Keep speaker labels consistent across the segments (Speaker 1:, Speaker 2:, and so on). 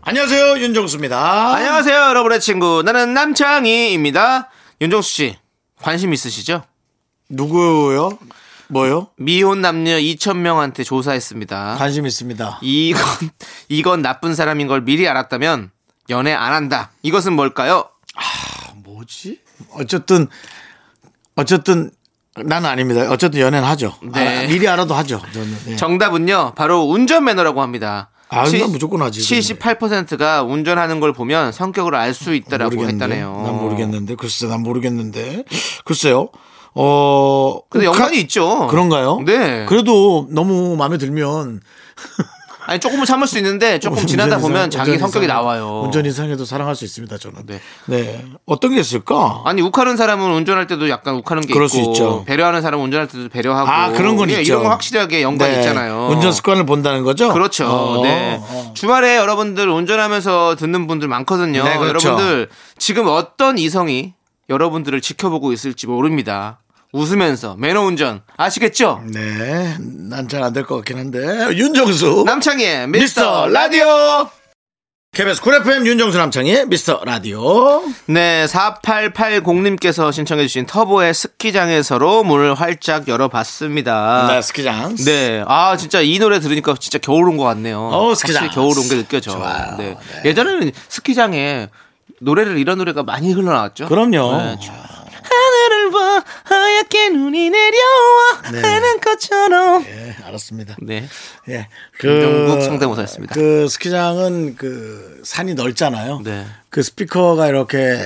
Speaker 1: 안녕하세요 윤정수입니다.
Speaker 2: 아. 안녕하세요, 여러분의 친구. 나는 남창희입니다. 윤정수 씨, 관심 있으시죠?
Speaker 1: 누구요? 뭐요?
Speaker 2: 미혼 남녀 2,000명한테 조사했습니다.
Speaker 1: 관심 있습니다.
Speaker 2: 이건, 이건 나쁜 사람인 걸 미리 알았다면 연애 안 한다. 이것은 뭘까요?
Speaker 1: 뭐지? 어쨌든 어쨌든 난 아닙니다. 어쨌든 연애는 하죠. 아,
Speaker 2: 네.
Speaker 1: 미리 알아도 하죠. 저는. 예.
Speaker 2: 정답은요, 바로 운전 매너라고 합니다.
Speaker 1: 아, 이건 무조건 하지, 근데.
Speaker 2: 78%가 운전하는 걸 보면 성격을 알 수 있다라고
Speaker 1: 모르겠는데.
Speaker 2: 했다네요.
Speaker 1: 난 모르겠는데 글쎄 난 모르겠는데 글쎄요. 어
Speaker 2: 근데
Speaker 1: 혹하-
Speaker 2: 연관이 있죠.
Speaker 1: 그런가요?
Speaker 2: 네.
Speaker 1: 그래도 너무 마음에 들면
Speaker 2: 아니, 조금은 참을 수 있는데 조금 지나다
Speaker 1: 운전 이상-
Speaker 2: 보면 자기
Speaker 1: 운전
Speaker 2: 성격이
Speaker 1: 이상-
Speaker 2: 나와요.
Speaker 1: 운전 이상해도 사랑할 수 있습니다. 저는. 네.
Speaker 2: 네.
Speaker 1: 어떤 게 있을까?
Speaker 2: 아니 욱하는 사람은 운전할 때도 약간 욱하는 게
Speaker 1: 그럴
Speaker 2: 있고
Speaker 1: 수 있죠.
Speaker 2: 배려하는 사람은 운전할 때도 배려하고
Speaker 1: 아 그런 건
Speaker 2: 예,
Speaker 1: 있죠.
Speaker 2: 이런 건 확실하게 연관이
Speaker 1: 네.
Speaker 2: 있잖아요.
Speaker 1: 운전 습관을 본다는 거죠.
Speaker 2: 그렇죠.
Speaker 1: 어,
Speaker 2: 네.
Speaker 1: 어.
Speaker 2: 주말에 여러분들 운전하면서 듣는 분들 많거든요.
Speaker 1: 네, 그렇죠.
Speaker 2: 여러분들 지금 어떤 이성이 여러분들을 지켜보고 있을지 모릅니다. 웃으면서 매너 운전 아시겠죠?
Speaker 1: 네, 난 잘 안 될 것 같긴 한데 윤정수
Speaker 2: 남창희의
Speaker 1: 미스터
Speaker 2: 미스터 라-
Speaker 1: 라디오 KBS 쿨 FM 윤정수 남창희 미스터 라디오
Speaker 2: 네, 4880님께서 신청해주신 터보의 스키장에서로 문을 활짝 열어봤습니다.
Speaker 1: 네, 스키장
Speaker 2: 아. 네. 아, 진짜 이 노래 들으니까 진짜 겨울 온 것 같네요.
Speaker 1: 어, 스키장.
Speaker 2: 확실히 겨울 온 게 느껴져.
Speaker 1: 좋아요.
Speaker 2: 네.
Speaker 1: 네.
Speaker 2: 예전에는 스키장에 노래를 이런 노래가 많이 흘러나왔죠.
Speaker 1: 그럼요.
Speaker 2: 네, 하늘을 봐 하얗게 눈이 내려와
Speaker 1: 네.
Speaker 2: 하는 것처럼.
Speaker 1: 예, 알았습니다.
Speaker 2: 네.
Speaker 1: 예,
Speaker 2: 김종국 성대모사였습니다.
Speaker 1: 그 스키장은 그 산이 넓잖아요.
Speaker 2: 네.
Speaker 1: 그 스피커가 이렇게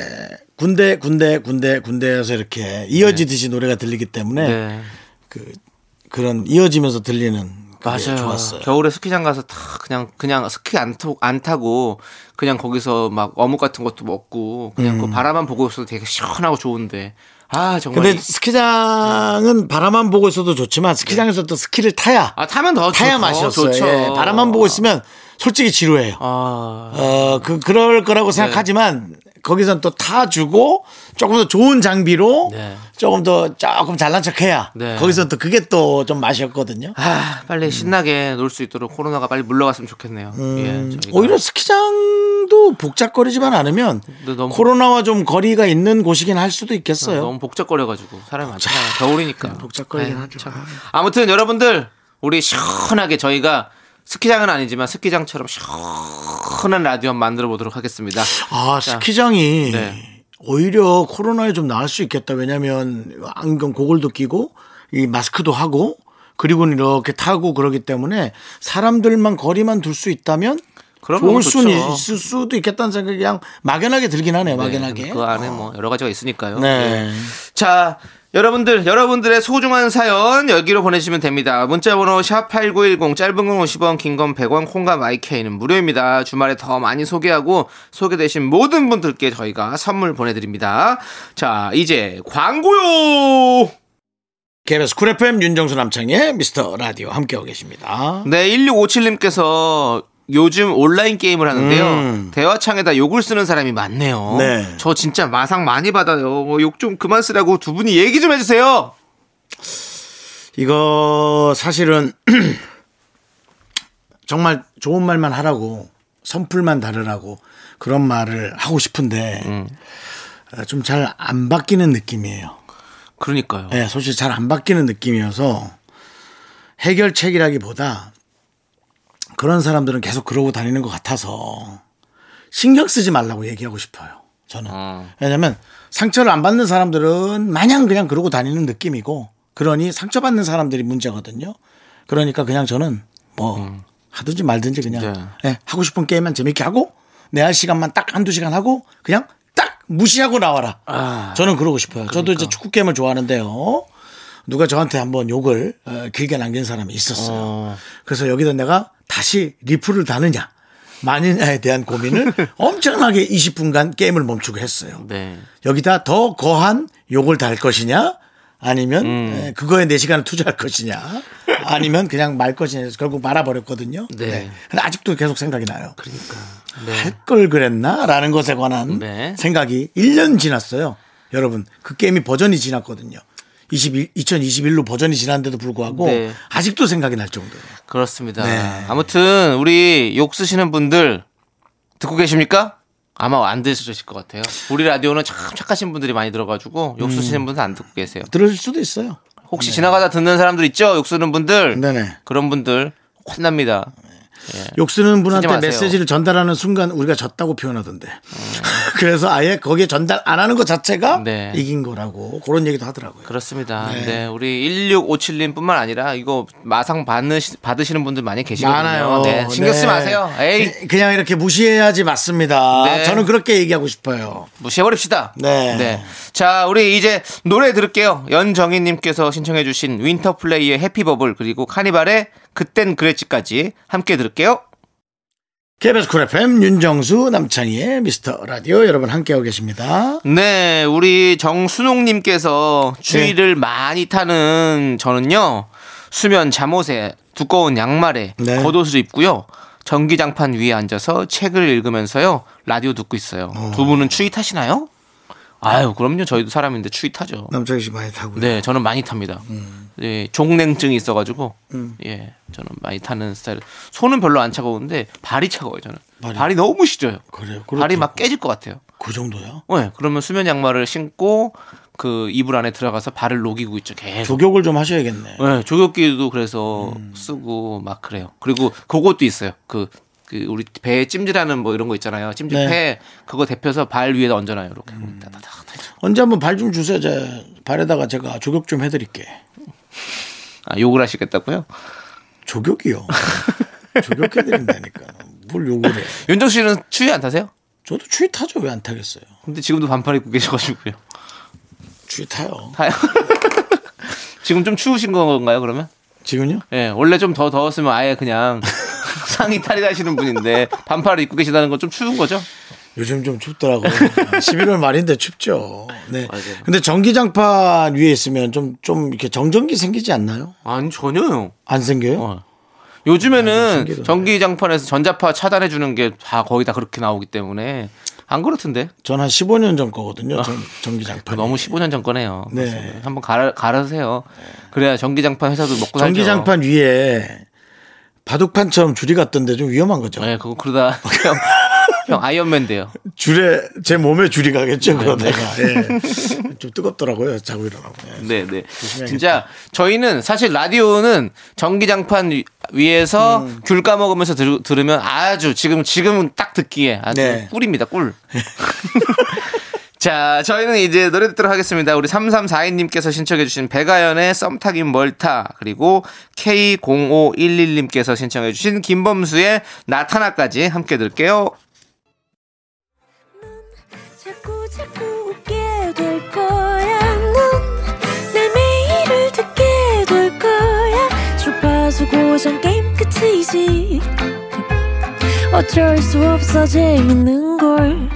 Speaker 1: 군데 군데 군데 군데에서 이렇게 이어지듯이 노래가 들리기 때문에
Speaker 2: 네.
Speaker 1: 그 그런 이어지면서 들리는 그게
Speaker 2: 맞아요.
Speaker 1: 네, 좋았어요.
Speaker 2: 겨울에 스키장 가서 다 그냥 그냥 스키 안, 타- 안 타고 그냥 거기서 막 어묵 같은 것도 먹고 그냥 그 바라만 보고 있어도 되게 시원하고 좋은데. 아, 정말.
Speaker 1: 음. 근데
Speaker 2: 이- 네.
Speaker 1: 스키장은 바라만 보고 있어도 좋지만 스키장에서 또 스키를 타야
Speaker 2: 아, 타면 더
Speaker 1: 타야
Speaker 2: 좋- 더
Speaker 1: 맛이었어요.
Speaker 2: 좋죠.
Speaker 1: 예, 바라만 보고 있으면 솔직히 지루해요.
Speaker 2: 아,
Speaker 1: 어, 그, 그럴 거라고
Speaker 2: 네.
Speaker 1: 생각하지만 거기선 또 타주고 조금 더 좋은 장비로
Speaker 2: 네.
Speaker 1: 조금 더 조금 잘난 척 해야
Speaker 2: 네.
Speaker 1: 거기선 또 그게 또 좀 맛이었거든요.
Speaker 2: 아,
Speaker 1: 음.
Speaker 2: 빨리 신나게 놀 수 있도록 코로나가 빨리 물러갔으면 좋겠네요. 예, 저희가.
Speaker 1: 오히려 스키장도 복잡거리지만 않으면
Speaker 2: 근데 너무- 아,
Speaker 1: 코로나와 좀 거리가 있는 곳이긴 할 수도 있겠어요. 네,
Speaker 2: 너무 복잡거려가지고 사람이 많잖아요. 겨울이니까.
Speaker 1: 복잡거리긴 하죠.
Speaker 2: 참. 아무튼 여러분들 우리 시원하게 저희가 스키장은 아니지만 스키장처럼 시원한 라디오 만들어 보도록 하겠습니다.
Speaker 1: 아, 스키장이
Speaker 2: 네.
Speaker 1: 오히려 코로나에 좀 나을 수 있겠다. 왜냐면 안경 고글도 끼고 이 마스크도 하고 그리고는 이렇게 타고 그러기 때문에 사람들만 거리만 둘 수 있다면
Speaker 2: 그러면
Speaker 1: 좋을 수는
Speaker 2: 좋죠.
Speaker 1: 있을 수도 있겠다는 생각이 그냥 막연하게 들긴 하네요. 막연하게. 어.
Speaker 2: 그 안에 뭐 여러 가지가 있으니까요.
Speaker 1: 네.
Speaker 2: 예. 자, 여러분들 여러분들의 소중한 사연 여기로 보내주시면 됩니다. 문자번호 샵 #8910 짧은 건 50원, 긴 건 100원, 콩과 마이케이는 무료입니다. 주말에 더 많이 소개하고 소개되신 모든 분들께 저희가 선물 보내드립니다. 자, 이제 광고요.
Speaker 1: KBS 쿨 FM 윤정수 남창의 미스터 라디오 함께하고 계십니다.
Speaker 2: 네, 1657님께서 요즘 온라인 게임을 하는데요.
Speaker 1: 음.
Speaker 2: 대화창에다 욕을 쓰는 사람이 많네요.
Speaker 1: 네.
Speaker 2: 저 진짜 마상 많이 받아요. 욕 좀 그만 쓰라고 두 분이 얘기 좀 해주세요.
Speaker 1: 이거 사실은 정말 좋은 말만 하라고 선풀만 다르라고 그런 말을 하고 싶은데 어, 좀 잘 안 바뀌는 느낌이에요.
Speaker 2: 그러니까요.
Speaker 1: 네, 솔직히 잘 안 바뀌는 느낌이어서 해결책이라기보다 그런 사람들은 계속 그러고 다니는 것 같아서 신경 쓰지 말라고 얘기하고 싶어요. 저는. 왜냐면 상처를 안 받는 사람들은 마냥 그냥 그러고 다니는 느낌이고 그러니 상처받는 사람들이 문제거든요. 그러니까 그냥 저는 뭐 하든지 말든지 그냥 예, 하고 싶은 게임만 재밌게 하고 내 할 시간만 딱 한두 시간 하고 그냥 딱 무시하고 나와라. 저는 아. 그러고 싶어요. 저도 이제 축구 게임을 좋아하는데요. 누가 저한테 한번 욕을 어, 길게 남긴 사람이 있었어요. 그래서 여기다 내가 다시 리플을 다느냐 마니냐에 대한 고민을 엄청나게 20분간 게임을 멈추고 했어요.
Speaker 2: 네.
Speaker 1: 여기다 더 거한 욕을 달 것이냐 아니면
Speaker 2: 음.
Speaker 1: 에, 그거에 내 시간을 투자할 것이냐 아니면 그냥 말 것이냐 해서 결국 말아버렸거든요.
Speaker 2: 네. 그러니까.
Speaker 1: 근데 아직도 계속 생각이 나요. 할 걸 그랬나? 라는 것에 관한
Speaker 2: 네.
Speaker 1: 생각이 1년 지났어요. 여러분, 그 게임이 버전이 지났거든요. 21, 2021로 버전이 지났는데도 불구하고
Speaker 2: 네.
Speaker 1: 아직도 생각이 날 정도예요.
Speaker 2: 그렇습니다.
Speaker 1: 네.
Speaker 2: 아무튼 우리 욕 쓰시는 분들 듣고 계십니까? 아마 안 들으실 것 같아요. 우리 라디오는 참 착하신 분들이 많이 들어가지고
Speaker 1: 음.
Speaker 2: 욕 쓰시는 분들 안 듣고 계세요.
Speaker 1: 들을 수도 있어요.
Speaker 2: 혹시 지나가다 듣는 사람들 있죠? 욕 쓰는 분들
Speaker 1: 네. 네네.
Speaker 2: 그런 분들 혼납니다.
Speaker 1: 욕쓰는
Speaker 2: 네. 쓰지
Speaker 1: 분한테
Speaker 2: 마세요.
Speaker 1: 메시지를 전달하는 순간 우리가 졌다고 표현하던데. 그래서 아예 거기에 전달 안 하는 것 자체가
Speaker 2: 네.
Speaker 1: 이긴 거라고 그런 얘기도 하더라고요.
Speaker 2: 그렇습니다. 네. 우리 1657님뿐만 아니라 이거 마상 받으시, 받으시는 분들 많이 계시거든요.
Speaker 1: 많아요.
Speaker 2: 네, 신경 쓰지
Speaker 1: 네.
Speaker 2: 마세요. 에이
Speaker 1: 그- 그냥 이렇게 무시해야지 맞습니다.
Speaker 2: 네.
Speaker 1: 저는 그렇게 얘기하고 싶어요.
Speaker 2: 무시해버립시다.
Speaker 1: 네.
Speaker 2: 자, 우리 이제 노래 들을게요. 연정희님께서 신청해주신 윈터플레이의 해피버블, 그리고 카니발의 그땐 그랬지까지 함께 들을게요.
Speaker 1: KBS 쿨 FM 윤정수 남창희의 미스터 라디오 여러분 함께하고 계십니다.
Speaker 2: 네, 우리 정순옥님께서
Speaker 1: 네.
Speaker 2: 추위를 많이 타는 저는요, 수면 잠옷에 두꺼운 양말에
Speaker 1: 네.
Speaker 2: 겉옷을 입고요, 전기장판 위에 앉아서 책을 읽으면서요, 라디오 듣고 있어요. 두 분은 추위 타시나요? 아유, 그럼요. 저희도 사람인데 추위 타죠.
Speaker 1: 남창희 씨 많이 타고요.
Speaker 2: 네, 저는 많이 탑니다. 예, 종냉증이 있어가지고,
Speaker 1: 음.
Speaker 2: 예, 저는 많이 타는 스타일. 손은 별로 안 차가운데 발이 차가워요. 저는 발이,
Speaker 1: 발이-
Speaker 2: 너무 시려요.
Speaker 1: 그래요? 그렇죠.
Speaker 2: 발이
Speaker 1: 그렇더라고요.
Speaker 2: 막 깨질 것 같아요.
Speaker 1: 그 정도야?
Speaker 2: 예, 그러면 수면 양말을 신고 그 이불 안에 들어가서 발을 녹이고 있죠. 계속.
Speaker 1: 조격을 음. 좀 하셔야겠네.
Speaker 2: 예, 조격기도 그래서 쓰고 막 그래요. 그리고 그것도 있어요. 그, 그 우리 배에 찜질하는 뭐 이런 거 있잖아요.
Speaker 1: 네.
Speaker 2: 찜질팩 그거 데펴서 발 위에다 얹어놔요. 이렇게
Speaker 1: 음.
Speaker 2: 따다닥.
Speaker 1: 언제 한번 발 좀 주세요. 제 발에다가 제가 조격 좀 해드릴게.
Speaker 2: 아, 욕을 하시겠다고요?
Speaker 1: 조격이요. 조격해드린다니까. 뭘 욕을 해.
Speaker 2: 윤정 씨는 추위 안 타세요?
Speaker 1: 저도 추위 타죠. 왜 안 타겠어요?
Speaker 2: 근데 지금도 반팔 입고 계셔가지고요.
Speaker 1: 추위 타요.
Speaker 2: 다요. 지금 좀 추우신 건가요, 그러면?
Speaker 1: 지금요?
Speaker 2: 예, 원래 좀 더 더웠으면 아예 그냥 상의 탈의하시는 분인데 반팔을 입고 계시다는 건 좀 추운 거죠?
Speaker 1: 요즘 좀 춥더라고요. 11월 말인데 춥죠. 네.
Speaker 2: 맞아요.
Speaker 1: 근데 전기장판 위에 있으면 좀, 좀 이렇게 정전기 생기지 않나요?
Speaker 2: 아니, 전혀요.
Speaker 1: 안 생겨요?
Speaker 2: 어. 요즘에는
Speaker 1: 아, 신기하다.
Speaker 2: 전기장판에서 전자파 차단해주는 게 다 거의 다 그렇게 나오기 때문에 안 그렇던데?
Speaker 1: 전 한 15년 전 거거든요. 전, 전기장판.
Speaker 2: 아, 너무 15년 전 거네요.
Speaker 1: 네.
Speaker 2: 그래서 한번 갈아, 갈아세요. 그래야 전기장판 회사도 먹고 살죠.
Speaker 1: 전기장판 위에 바둑판처럼 줄이 갔던데 좀 위험한 거죠.
Speaker 2: 예, 그거 그러다 형, 형 아이언맨 돼요.
Speaker 1: 줄에 제 몸에 줄이 가겠죠.
Speaker 2: 네,
Speaker 1: 그러다가 예. 좀 뜨겁더라고요. 자고 일어나고. 예.
Speaker 2: 네, 네.
Speaker 1: 조심해야겠다.
Speaker 2: 진짜 저희는 사실 라디오는 전기장판 위- 위에서
Speaker 1: 음.
Speaker 2: 귤 까먹으면서 들, 으면 아주 지금 지금 딱 듣기에 아주
Speaker 1: 네.
Speaker 2: 꿀입니다, 꿀. 자, 저희는 이제 노래 듣도록 하겠습니다. 우리 3342님께서 신청해주신 백아연의 썸타긴 멀타, 그리고 K0511님께서 신청해주신 김범수의 나타나까지 함께 들을게요.
Speaker 3: 자꾸 자꾸 웃게 될 거야. 넌내 매일을 듣게 될 거야. 주파수 고정 게임 끝이지. 어쩔 수 없어 재밌는 걸.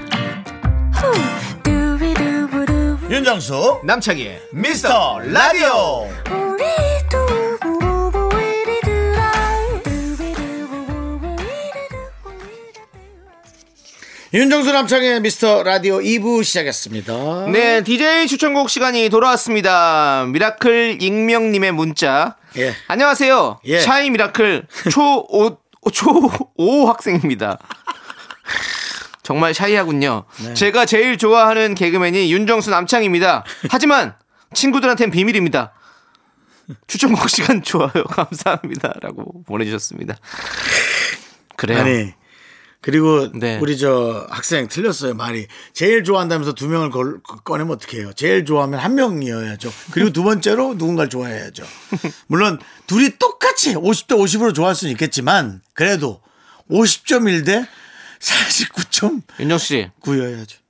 Speaker 3: 후. 두비두부두.
Speaker 1: 윤정수
Speaker 2: 남창희의
Speaker 1: 미스터 라디오
Speaker 3: 우리 두부부부 우리 두라. 두비두부부부 우리 두부 우리 두부.
Speaker 1: 윤정수 남창의 미스터 라디오 2부 시작했습니다.
Speaker 2: 네, DJ 추천곡 시간이 돌아왔습니다. 미라클 익명님의 문자.
Speaker 1: 예.
Speaker 2: 안녕하세요.
Speaker 1: 예.
Speaker 2: 샤이 미라클 초오 초오 학생입니다. 정말 샤이하군요.
Speaker 1: 네.
Speaker 2: 제가 제일 좋아하는 개그맨이 윤정수 남창입니다. 하지만 친구들한텐 비밀입니다. 추천곡 시간 좋아요. 감사합니다라고 보내주셨습니다. 그래요.
Speaker 1: 아니 그리고
Speaker 2: 네.
Speaker 1: 우리 저 학생 틀렸어요 말이 제일 좋아한다면서 두 명을 걸- 꺼내면 어떡해요 제일 좋아하면 한 명이어야죠 그리고 두 번째로 누군가를 좋아해야죠 물론 둘이 똑같이 50대 50으로 좋아할 수는 있겠지만 그래도 50.1 대 49.9여야죠
Speaker 2: 윤정수 씨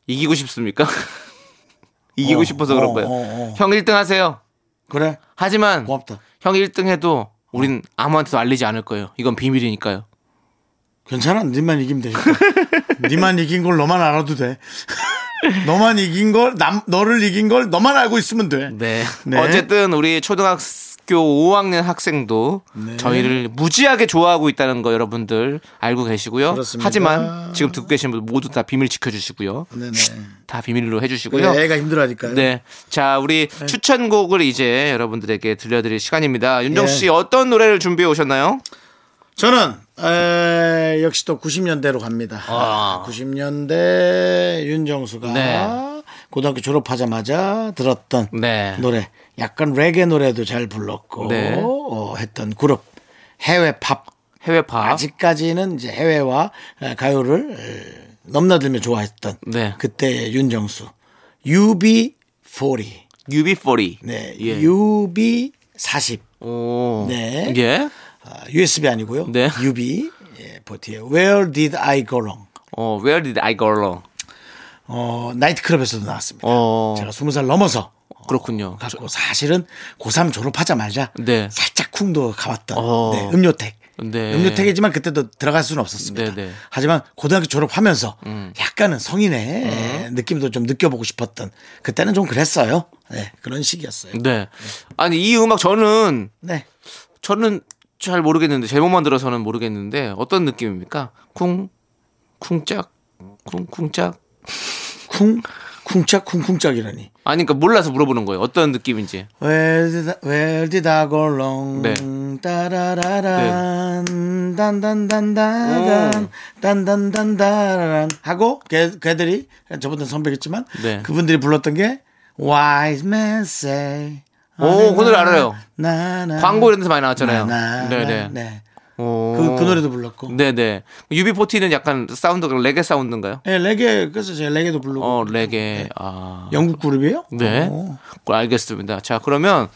Speaker 2: 이기고 싶습니까? 이기고
Speaker 1: 어,
Speaker 2: 싶어서
Speaker 1: 어,
Speaker 2: 그런 거예요.
Speaker 1: 어, 어.
Speaker 2: 형 1등 하세요.
Speaker 1: 그래
Speaker 2: 하지만
Speaker 1: 고맙다
Speaker 2: 형 1등 해도 우린 아무한테도 알리지 않을 거예요. 이건 비밀이니까요.
Speaker 1: 괜찮아. 니만 이기면 되니까. 니만 이긴 걸 너만 알아도 돼. 너만 이긴 걸, 남, 너를 이긴 걸 너만 알고 있으면 돼.
Speaker 2: 네.
Speaker 1: 네.
Speaker 2: 어쨌든 우리 초등학교 5학년 학생도
Speaker 1: 네.
Speaker 2: 저희를 무지하게 좋아하고 있다는 거 여러분들 알고 계시고요.
Speaker 1: 그렇습니다.
Speaker 2: 하지만 지금 듣고 계신 분 모두 다 비밀 지켜주시고요.
Speaker 1: 네네.
Speaker 2: 다 비밀로 해주시고요.
Speaker 1: 그래, 애가 힘들어하니까요.
Speaker 2: 네. 자, 우리 추천곡을 이제 여러분들에게 들려드릴 시간입니다. 윤정
Speaker 1: 예.
Speaker 2: 씨 어떤 노래를 준비해 오셨나요?
Speaker 1: 저는 에, 역시 또 90년대로 갑니다.
Speaker 2: 아.
Speaker 1: 90년대 윤정수가
Speaker 2: 네.
Speaker 1: 고등학교 졸업하자마자 들었던
Speaker 2: 네.
Speaker 1: 노래, 약간 레게 노래도 잘 불렀고
Speaker 2: 네.
Speaker 1: 어, 했던 그룹 해외 팝.
Speaker 2: 해외 팝.
Speaker 1: 아직까지는 이제 해외와 에, 가요를 에, 넘나들며 좋아했던
Speaker 2: 네.
Speaker 1: 그때 윤정수 UB40,
Speaker 2: UB40.
Speaker 1: 네,
Speaker 2: 예.
Speaker 1: UB40.
Speaker 2: 오.
Speaker 1: 네.
Speaker 2: 예.
Speaker 1: 아, USB 아니고요.
Speaker 2: 네.
Speaker 1: UB 예, 보티의 Where Did I Go Wrong?
Speaker 2: 어, Where did I go wrong?
Speaker 1: 어, 나이트클럽에서도 나왔습니다.
Speaker 2: 어.
Speaker 1: 제가 스무 살 넘어서
Speaker 2: 그렇군요.
Speaker 1: 갖고 사실은 고3 졸업하자마자
Speaker 2: 네.
Speaker 1: 살짝 쿵도 가봤던
Speaker 2: 어.
Speaker 1: 네, 음료택.
Speaker 2: 네.
Speaker 1: 음료택이지만 그때도 들어갈 수는 없었습니다.
Speaker 2: 네, 음. 네.
Speaker 1: 하지만 고등학교 졸업하면서 약간은 성인의
Speaker 2: 음.
Speaker 1: 느낌도 좀 느껴보고 싶었던 그때는 좀 그랬어요. 네, 그런 시기였어요.
Speaker 2: 네. 아니, 이 음악 저는
Speaker 1: 네.
Speaker 2: 저는 잘 모르겠는데 제목만 들어서는 모르겠는데 어떤 느낌입니까? 쿵 쿵짝 쿵쿵짝
Speaker 1: 쿵, 쿵짝, 쿵쿵짝이라니.
Speaker 2: 아니 그러니까 몰라서 물어보는 거예요. 어떤 느낌인지.
Speaker 1: Where did, I- where did I go wrong?
Speaker 2: 네.
Speaker 1: 따라라란,
Speaker 2: 오.
Speaker 1: 단단단단단, 단단단단란 하고, 걔, 걔들이, 저보다 선배겠지만,
Speaker 2: 네.
Speaker 1: 그분들이 불렀던 게, Wise men say.
Speaker 2: 오, 그 노래 알아요.
Speaker 1: 나나.
Speaker 2: 광고 이런 데서 많이 나왔잖아요.
Speaker 1: 나나.
Speaker 2: 네네.
Speaker 1: 네.
Speaker 2: 오.
Speaker 1: 그, 그 노래도 불렀고. 네.
Speaker 2: 네네. UB40는 약간 사운드가 레게 사운드인가요?
Speaker 1: 네, 레게, 그래서 제가 레게도 부르고.
Speaker 2: 어 레게. 아.
Speaker 1: 영국 그룹이에요?
Speaker 2: 네.
Speaker 1: 오.
Speaker 2: 그 알겠습니다. 자 그러면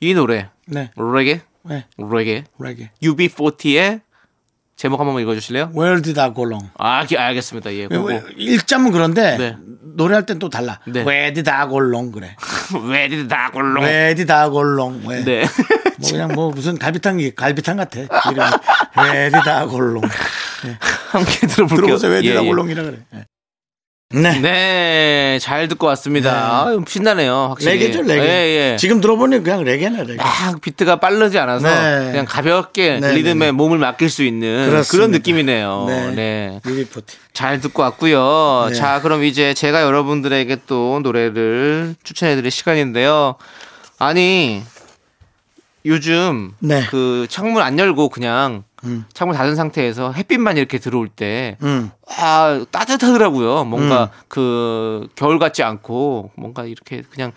Speaker 2: 이 노래
Speaker 1: 네.
Speaker 2: 레게
Speaker 1: 네.
Speaker 2: 레게
Speaker 1: 레게.
Speaker 2: UB40의 제목 한번 읽어주실래요?
Speaker 1: Where did I go wrong?
Speaker 2: 아 기- 알겠습니다. 예.
Speaker 1: 왜,
Speaker 2: 그거.
Speaker 1: 왜, 뭐 일자면 그런데
Speaker 2: 네.
Speaker 1: 노래할 땐 또 달라.
Speaker 2: 네.
Speaker 1: 왜디다 골롱 그래.
Speaker 2: 왜 디다 골롱.
Speaker 1: 네. 왜디다 골롱. 왜.
Speaker 2: 네.
Speaker 1: 뭐 그냥 뭐 무슨 갈비탕 이 갈비탕 같아. 이름이. 왜디다 골롱.
Speaker 2: 함께 들어볼게요.
Speaker 1: 들어보세요.
Speaker 2: 예,
Speaker 1: 왜디다
Speaker 2: 예.
Speaker 1: 골롱이라 그래. 예. 네.
Speaker 2: 네, 잘 듣고 왔습니다.
Speaker 1: 네.
Speaker 2: 아유, 신나네요, 확실히.
Speaker 1: 레게죠 레게.
Speaker 2: 예, 아. 예.
Speaker 1: 지금 들어보니 그냥 레게네 레게.
Speaker 2: 막 비트가 빠르지 않아서
Speaker 1: 네.
Speaker 2: 그냥 가볍게
Speaker 1: 네,
Speaker 2: 리듬에
Speaker 1: 네, 네.
Speaker 2: 몸을 맡길 수 있는 그런
Speaker 1: 그렇습니다.
Speaker 2: 느낌이네요. 네.
Speaker 1: 유비포티.
Speaker 2: 잘 듣고 왔고요.
Speaker 1: 네.
Speaker 2: 자, 그럼 이제 제가 여러분들에게 또 노래를 추천해드릴 시간인데요. 아니, 요즘
Speaker 1: 네.
Speaker 2: 그 창문 안 열고 그냥 창문 닫은 상태에서 햇빛만 이렇게 들어올 때
Speaker 1: 음.
Speaker 2: 아 따뜻하더라고요. 뭔가 그 겨울 같지 않고 뭔가 이렇게 그냥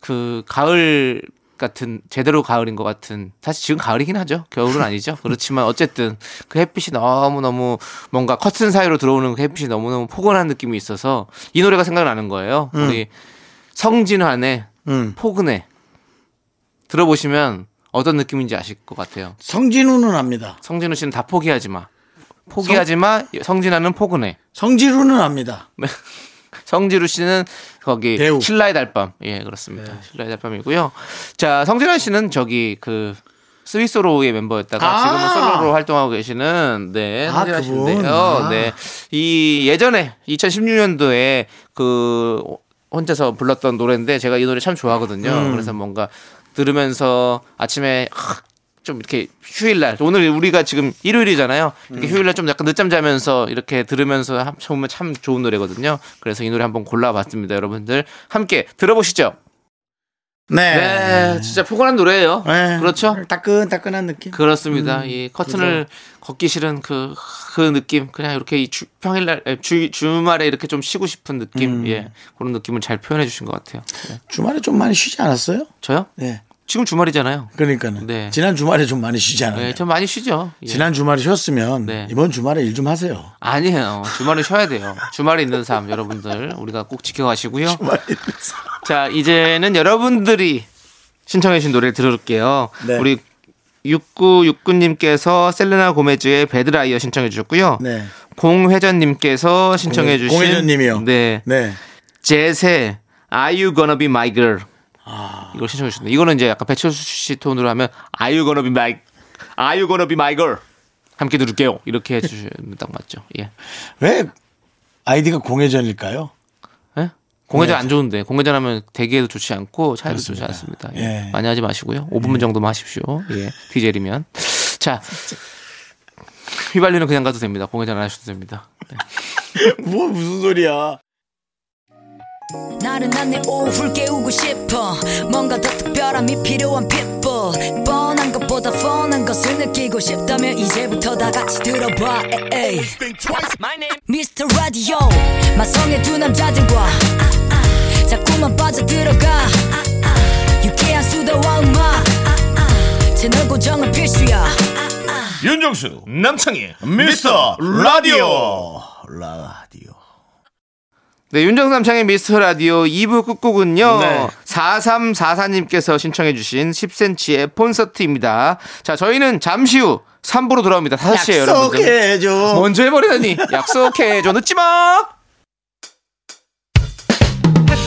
Speaker 2: 그 가을 같은 제대로 가을인 것 같은 사실 지금 가을이긴 하죠. 겨울은 아니죠. 그렇지만 어쨌든 그 햇빛이 너무 너무 뭔가 커튼 사이로 들어오는 그 햇빛이 너무 너무 포근한 느낌이 있어서 이 노래가 생각나는 거예요. 우리 성진환의
Speaker 1: 음.
Speaker 2: 포근해 들어보시면 어떤 느낌인지 아실 것 같아요.
Speaker 1: 성진우는 압니다.
Speaker 2: 성진우 씨는 다 포기하지 마. 포기하지 마. 성진아는 포근해.
Speaker 1: 성지루는 압니다.
Speaker 2: 성지루 씨는 거기
Speaker 1: 배우. 네.
Speaker 2: 신라의 달밤. 예, 그렇습니다. 신라의 달밤이고요. 자, 성진아 씨는 저기 그 스위스로의 멤버였다가
Speaker 1: 아!
Speaker 2: 지금은 솔로로 활동하고 계시는 네,
Speaker 1: 아,
Speaker 2: 성진아
Speaker 1: 그분.
Speaker 2: 씨인데요.
Speaker 1: 아.
Speaker 2: 네. 이 예전에 2016년도에 그 혼자서 불렀던 노래인데 제가 이 노래 참 좋아하거든요.
Speaker 1: 음.
Speaker 2: 그래서 뭔가 들으면서 아침에 하, 좀 이렇게 휴일날 오늘 우리가 지금 일요일이잖아요.
Speaker 1: 음.
Speaker 2: 이렇게 휴일날 좀 약간 늦잠 자면서 이렇게 들으면서 함- 좋으면 참 좋은 노래거든요. 그래서 이 노래 한번 골라봤습니다, 여러분들 함께 들어보시죠.
Speaker 1: 네.
Speaker 2: 네, 진짜 포근한 노래예요.
Speaker 1: 네.
Speaker 2: 그렇죠?
Speaker 1: 따끈따끈한 느낌.
Speaker 2: 그렇습니다.
Speaker 1: 음,
Speaker 2: 이 커튼을 걷기 싫은 그, 그 느낌, 그냥 이렇게 이 주, 평일날, 에, 주, 주말에 이렇게 좀 쉬고 싶은 느낌,
Speaker 1: 음.
Speaker 2: 예. 그런 느낌을 잘 표현해 주신 것 같아요. 네.
Speaker 1: 주말에 좀 많이 쉬지 않았어요?
Speaker 2: 저요?
Speaker 1: 네.
Speaker 2: 지금 주말이잖아요.
Speaker 1: 그러니까는.
Speaker 2: 네.
Speaker 1: 지난 주말에 좀 많이 쉬지 않았나요?
Speaker 2: 네, 좀 많이 쉬죠. 예.
Speaker 1: 지난 주말에 쉬었으면
Speaker 2: 네.
Speaker 1: 이번 주말에 일 좀 하세요.
Speaker 2: 아니에요. 주말에 쉬어야 돼요. 주말에 있는 삶, 여러분들, 우리가 꼭 지켜가시고요. 자, 이제는 여러분들이 신청해주신 노래를 들을게요.
Speaker 1: 네.
Speaker 2: 우리 6969님께서 셀레나 고메즈의 배드라이어 신청해주셨고요.
Speaker 1: 네.
Speaker 2: 공회전님께서 신청해주신
Speaker 1: 공회전님이요.
Speaker 2: 네,
Speaker 1: 네.
Speaker 2: 제세 Are You Gonna Be My Girl
Speaker 1: 아.
Speaker 2: 이걸 신청해주셨는데 이거는 이제 약간 배철수 씨 톤으로 하면 Are You Gonna Be My Are You Gonna Be My Girl 함께 누를게요. 이렇게 해주시면 딱 맞죠. 예.
Speaker 1: 왜 아이디가 공회전일까요?
Speaker 2: 예?
Speaker 1: 네.
Speaker 2: 공회전 안 좋은데 공회전 하면 대기에도 좋지 않고 차에도 좋지 않습니다. 예.
Speaker 1: 예.
Speaker 2: 많이 하지 마시고요. 5분만 정도만 하십시오. 예. 디젤이면. 자. 휘발유는 그냥 가도 됩니다. 공회전 안 하셔도 됩니다. 네.
Speaker 1: 뭐 무슨 소리야?
Speaker 4: 나른한 내 오후를 깨우고 싶어 뭔가 더 특별함이 필요한 people 뻔한 것보다 뻔한 것을 느끼고 싶다면 이제부터 다 같이 들어봐 에이. Mr. Radio 마성의 두 남자들과 자꾸만 빠져들어가 유쾌한 수다와 음악 채널 고정은 필수야
Speaker 5: 윤정수 남창희 미스터 라디오
Speaker 1: 라디오.
Speaker 2: 네, 윤정삼창의 미스터 라디오 2부 끝곡은요.
Speaker 1: 네.
Speaker 2: 4344님께서 신청해주신 10cm의 콘서트입니다. 자, 저희는 잠시 후 3부로 돌아옵니다. 5시에 예, 여러분들.
Speaker 1: 약속해줘.
Speaker 2: 먼저 해버리다니 약속해줘 늦지마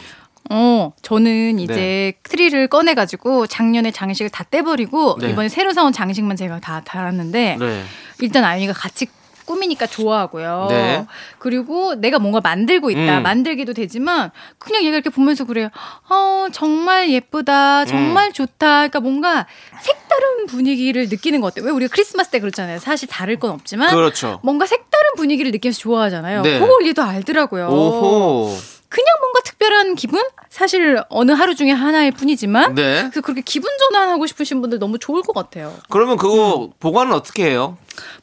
Speaker 6: 어, 저는 이제
Speaker 2: 네.
Speaker 6: 트리를 꺼내가지고 작년에 장식을 다 떼버리고
Speaker 2: 네.
Speaker 6: 이번에 새로 사온 장식만 제가 다 달았는데
Speaker 2: 네.
Speaker 6: 일단 아윤이가 같이 꾸미니까 좋아하고요.
Speaker 2: 네.
Speaker 6: 그리고 내가 뭔가 만들고 있다.
Speaker 2: 음.
Speaker 6: 만들기도 되지만 그냥 얘가 이렇게 보면서 그래요. 어, 정말
Speaker 2: 음.
Speaker 6: 예쁘다. 정말 좋다. 그러니까 뭔가 색다른 분위기를 느끼는 것 같아요. 왜 우리가 크리스마스 때 그렇잖아요. 사실 다를 건 없지만
Speaker 2: 그렇죠.
Speaker 6: 뭔가 색다른 분위기를 느끼면서 좋아하잖아요.
Speaker 2: 네.
Speaker 6: 그걸 얘도 알더라고요.
Speaker 2: 오호.
Speaker 6: 그냥 뭔가 특별한 기분? 사실 어느 하루 중에 하나일 뿐이지만
Speaker 2: 네.
Speaker 6: 그래서 그렇게 기분 전환하고 싶으신 분들 너무 좋을 것 같아요.
Speaker 2: 그러면 그거 보관은 어떻게 해요?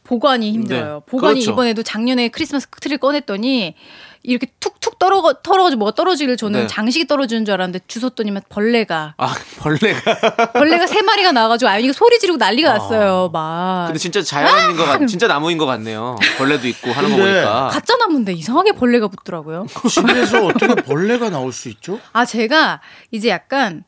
Speaker 6: 보관이 힘들어요.
Speaker 2: 네.
Speaker 6: 보관이
Speaker 2: 그렇죠.
Speaker 6: 이번에도 작년에 크리스마스 트리를 꺼냈더니 이렇게 툭툭 떨어 떨어져 뭐가 떨어지길 저는
Speaker 2: 네.
Speaker 6: 장식이 떨어지는 줄 알았는데 주웠더니만 벌레가
Speaker 2: 아 벌레가.
Speaker 6: 벌레가 세 마리가 나와가지고 아윤이가 소리 지르고 난리가 났어요. 막
Speaker 2: 근데 진짜 자연인 것
Speaker 6: 아!
Speaker 2: 같, 진짜 나무인 것 같네요. 벌레도 있고 하는 거
Speaker 1: 근데
Speaker 2: 보니까.
Speaker 6: 가짜 나무인데 이상하게 벌레가 붙더라고요.
Speaker 1: 집에서 어떻게 벌레가 나올 수 있죠?
Speaker 6: 아 제가 이제 약간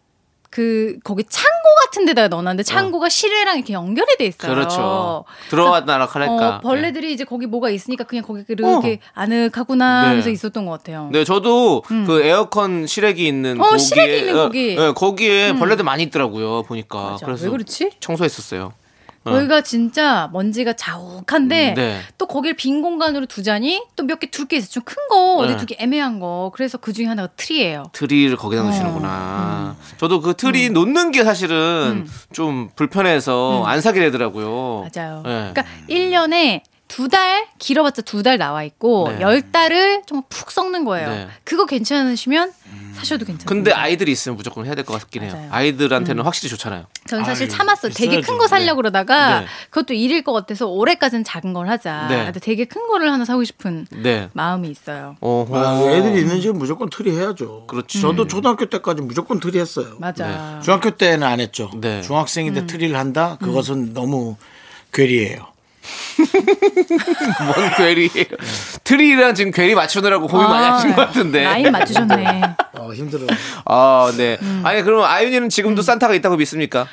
Speaker 6: 그 거기 창고 같은 데다가 넣어놨는데 창고가 실외랑 이렇게 연결이 돼 있어요.
Speaker 2: 그렇죠. 들어왔나
Speaker 6: 어,
Speaker 2: 라카랄까. 네. 어.
Speaker 6: 벌레들이 이제 거기 뭐가 있으니까 그냥 거기 그렇게 아늑하구나
Speaker 2: 네.
Speaker 6: 하면서 있었던 것 같아요.
Speaker 2: 네, 저도 그 에어컨 실외기 있는
Speaker 6: 음. 어,
Speaker 2: 거기에
Speaker 6: 실외기 있는
Speaker 2: 어,
Speaker 6: 거기. 음.
Speaker 2: 예, 거기에 벌레들 많이 있더라고요. 보니까.
Speaker 6: 그렇죠. 맞아.
Speaker 2: 그래서
Speaker 6: 왜 그렇지?
Speaker 2: 청소했었어요. 어.
Speaker 6: 거기가 진짜 먼지가 자욱한데
Speaker 2: 음, 네.
Speaker 6: 또 거길 빈 공간으로 두자니 또 몇 개 둘 게 있어 좀 큰 거 어디
Speaker 2: 네.
Speaker 6: 두개 애매한 거 그래서 그 중에 하나가 트리예요.
Speaker 2: 트리를
Speaker 6: 어.
Speaker 2: 거기다 놓으시는구나.
Speaker 6: 음.
Speaker 2: 저도 그 트리 놓는 게 사실은 좀 불편해서 안 사게 되더라고요.
Speaker 6: 음. 맞아요.
Speaker 2: 예.
Speaker 6: 그러니까 1년에 두 달 길어봤자 두 달 나와 있고
Speaker 2: 네.
Speaker 6: 열 달을 정말 푹 썩는 거예요.
Speaker 2: 네. 음.
Speaker 6: 그거 괜찮으시면 사셔도 괜찮아요.
Speaker 2: 근데 아이들이 있으면 무조건 해야 될 것 같긴 해요.
Speaker 6: 맞아요. 음.
Speaker 2: 아이들한테는 확실히 좋잖아요.
Speaker 6: 전 사실
Speaker 1: 아유,
Speaker 6: 참았어. 되게 큰 거
Speaker 1: 있어야죠.
Speaker 6: 살려고 그러다가
Speaker 2: 네.
Speaker 6: 그것도 일일 것 같아서 올해까지는 작은 걸 하자.
Speaker 2: 네.
Speaker 6: 근데 되게 큰 거를 하나 사고 싶은
Speaker 2: 네.
Speaker 6: 마음이 있어요.
Speaker 2: 어허.
Speaker 1: 아, 애들이 있는 집은 무조건 틀이 해야죠.
Speaker 2: 그렇지.
Speaker 1: 저도 초등학교 때까지 무조건 틀이 했어요.
Speaker 6: 맞아.
Speaker 1: 중학교 때는 안 했죠.
Speaker 2: 네.
Speaker 1: 중학생인데
Speaker 6: 음.
Speaker 1: 틀이를 한다? 그것은 너무 괴리예요.
Speaker 2: 뭔 괴리예요. 트리랑 지금 괴리 맞추느라고 고민 많이 하신 것 같은데.
Speaker 6: 라인 아, 맞추셨네.
Speaker 1: 어, 힘들어요.
Speaker 2: 아, 네. 아니, 그러면 아윤이는
Speaker 6: 음.
Speaker 2: 지금도 산타가 있다고 믿습니까?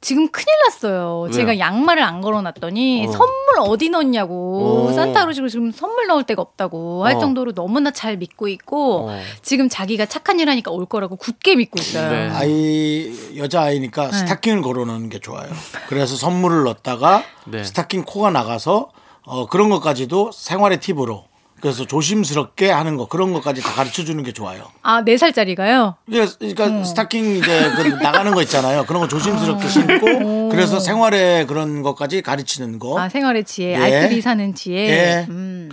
Speaker 6: 지금 큰일 났어요. 제가 양말을 안 걸어놨더니
Speaker 2: 어.
Speaker 6: 선물 어디 넣냐고
Speaker 2: 어.
Speaker 6: 산타로식으로 지금 선물 넣을 데가 없다고 할
Speaker 2: 어.
Speaker 6: 정도로 너무나 잘 믿고 있고
Speaker 2: 어.
Speaker 6: 지금 자기가 착한 일 하니까 올 거라고 굳게 믿고 있어요.
Speaker 2: 네.
Speaker 1: 아이 여자 아이니까
Speaker 6: 네.
Speaker 1: 스타킹을 걸어놓는 게 좋아요. 그래서 선물을 넣었다가
Speaker 2: 네.
Speaker 1: 스타킹 코가 나가서 어, 그런 것까지도 생활의 팁으로 그래서 조심스럽게 하는 거 그런 것까지 다 가르쳐 주는 게 좋아요.
Speaker 6: 아, 네 살짜리가요?
Speaker 1: 이게 그러니까
Speaker 6: 음.
Speaker 1: 스타킹 이제 그 나가는 거 있잖아요. 그런 거 조심스럽게 신고 그래서 생활의 그런 것까지 가르치는 거.
Speaker 6: 음. 아, 생활의 지혜,
Speaker 1: 예.
Speaker 6: 알뜰히 사는 지혜.
Speaker 1: 예.
Speaker 6: 음.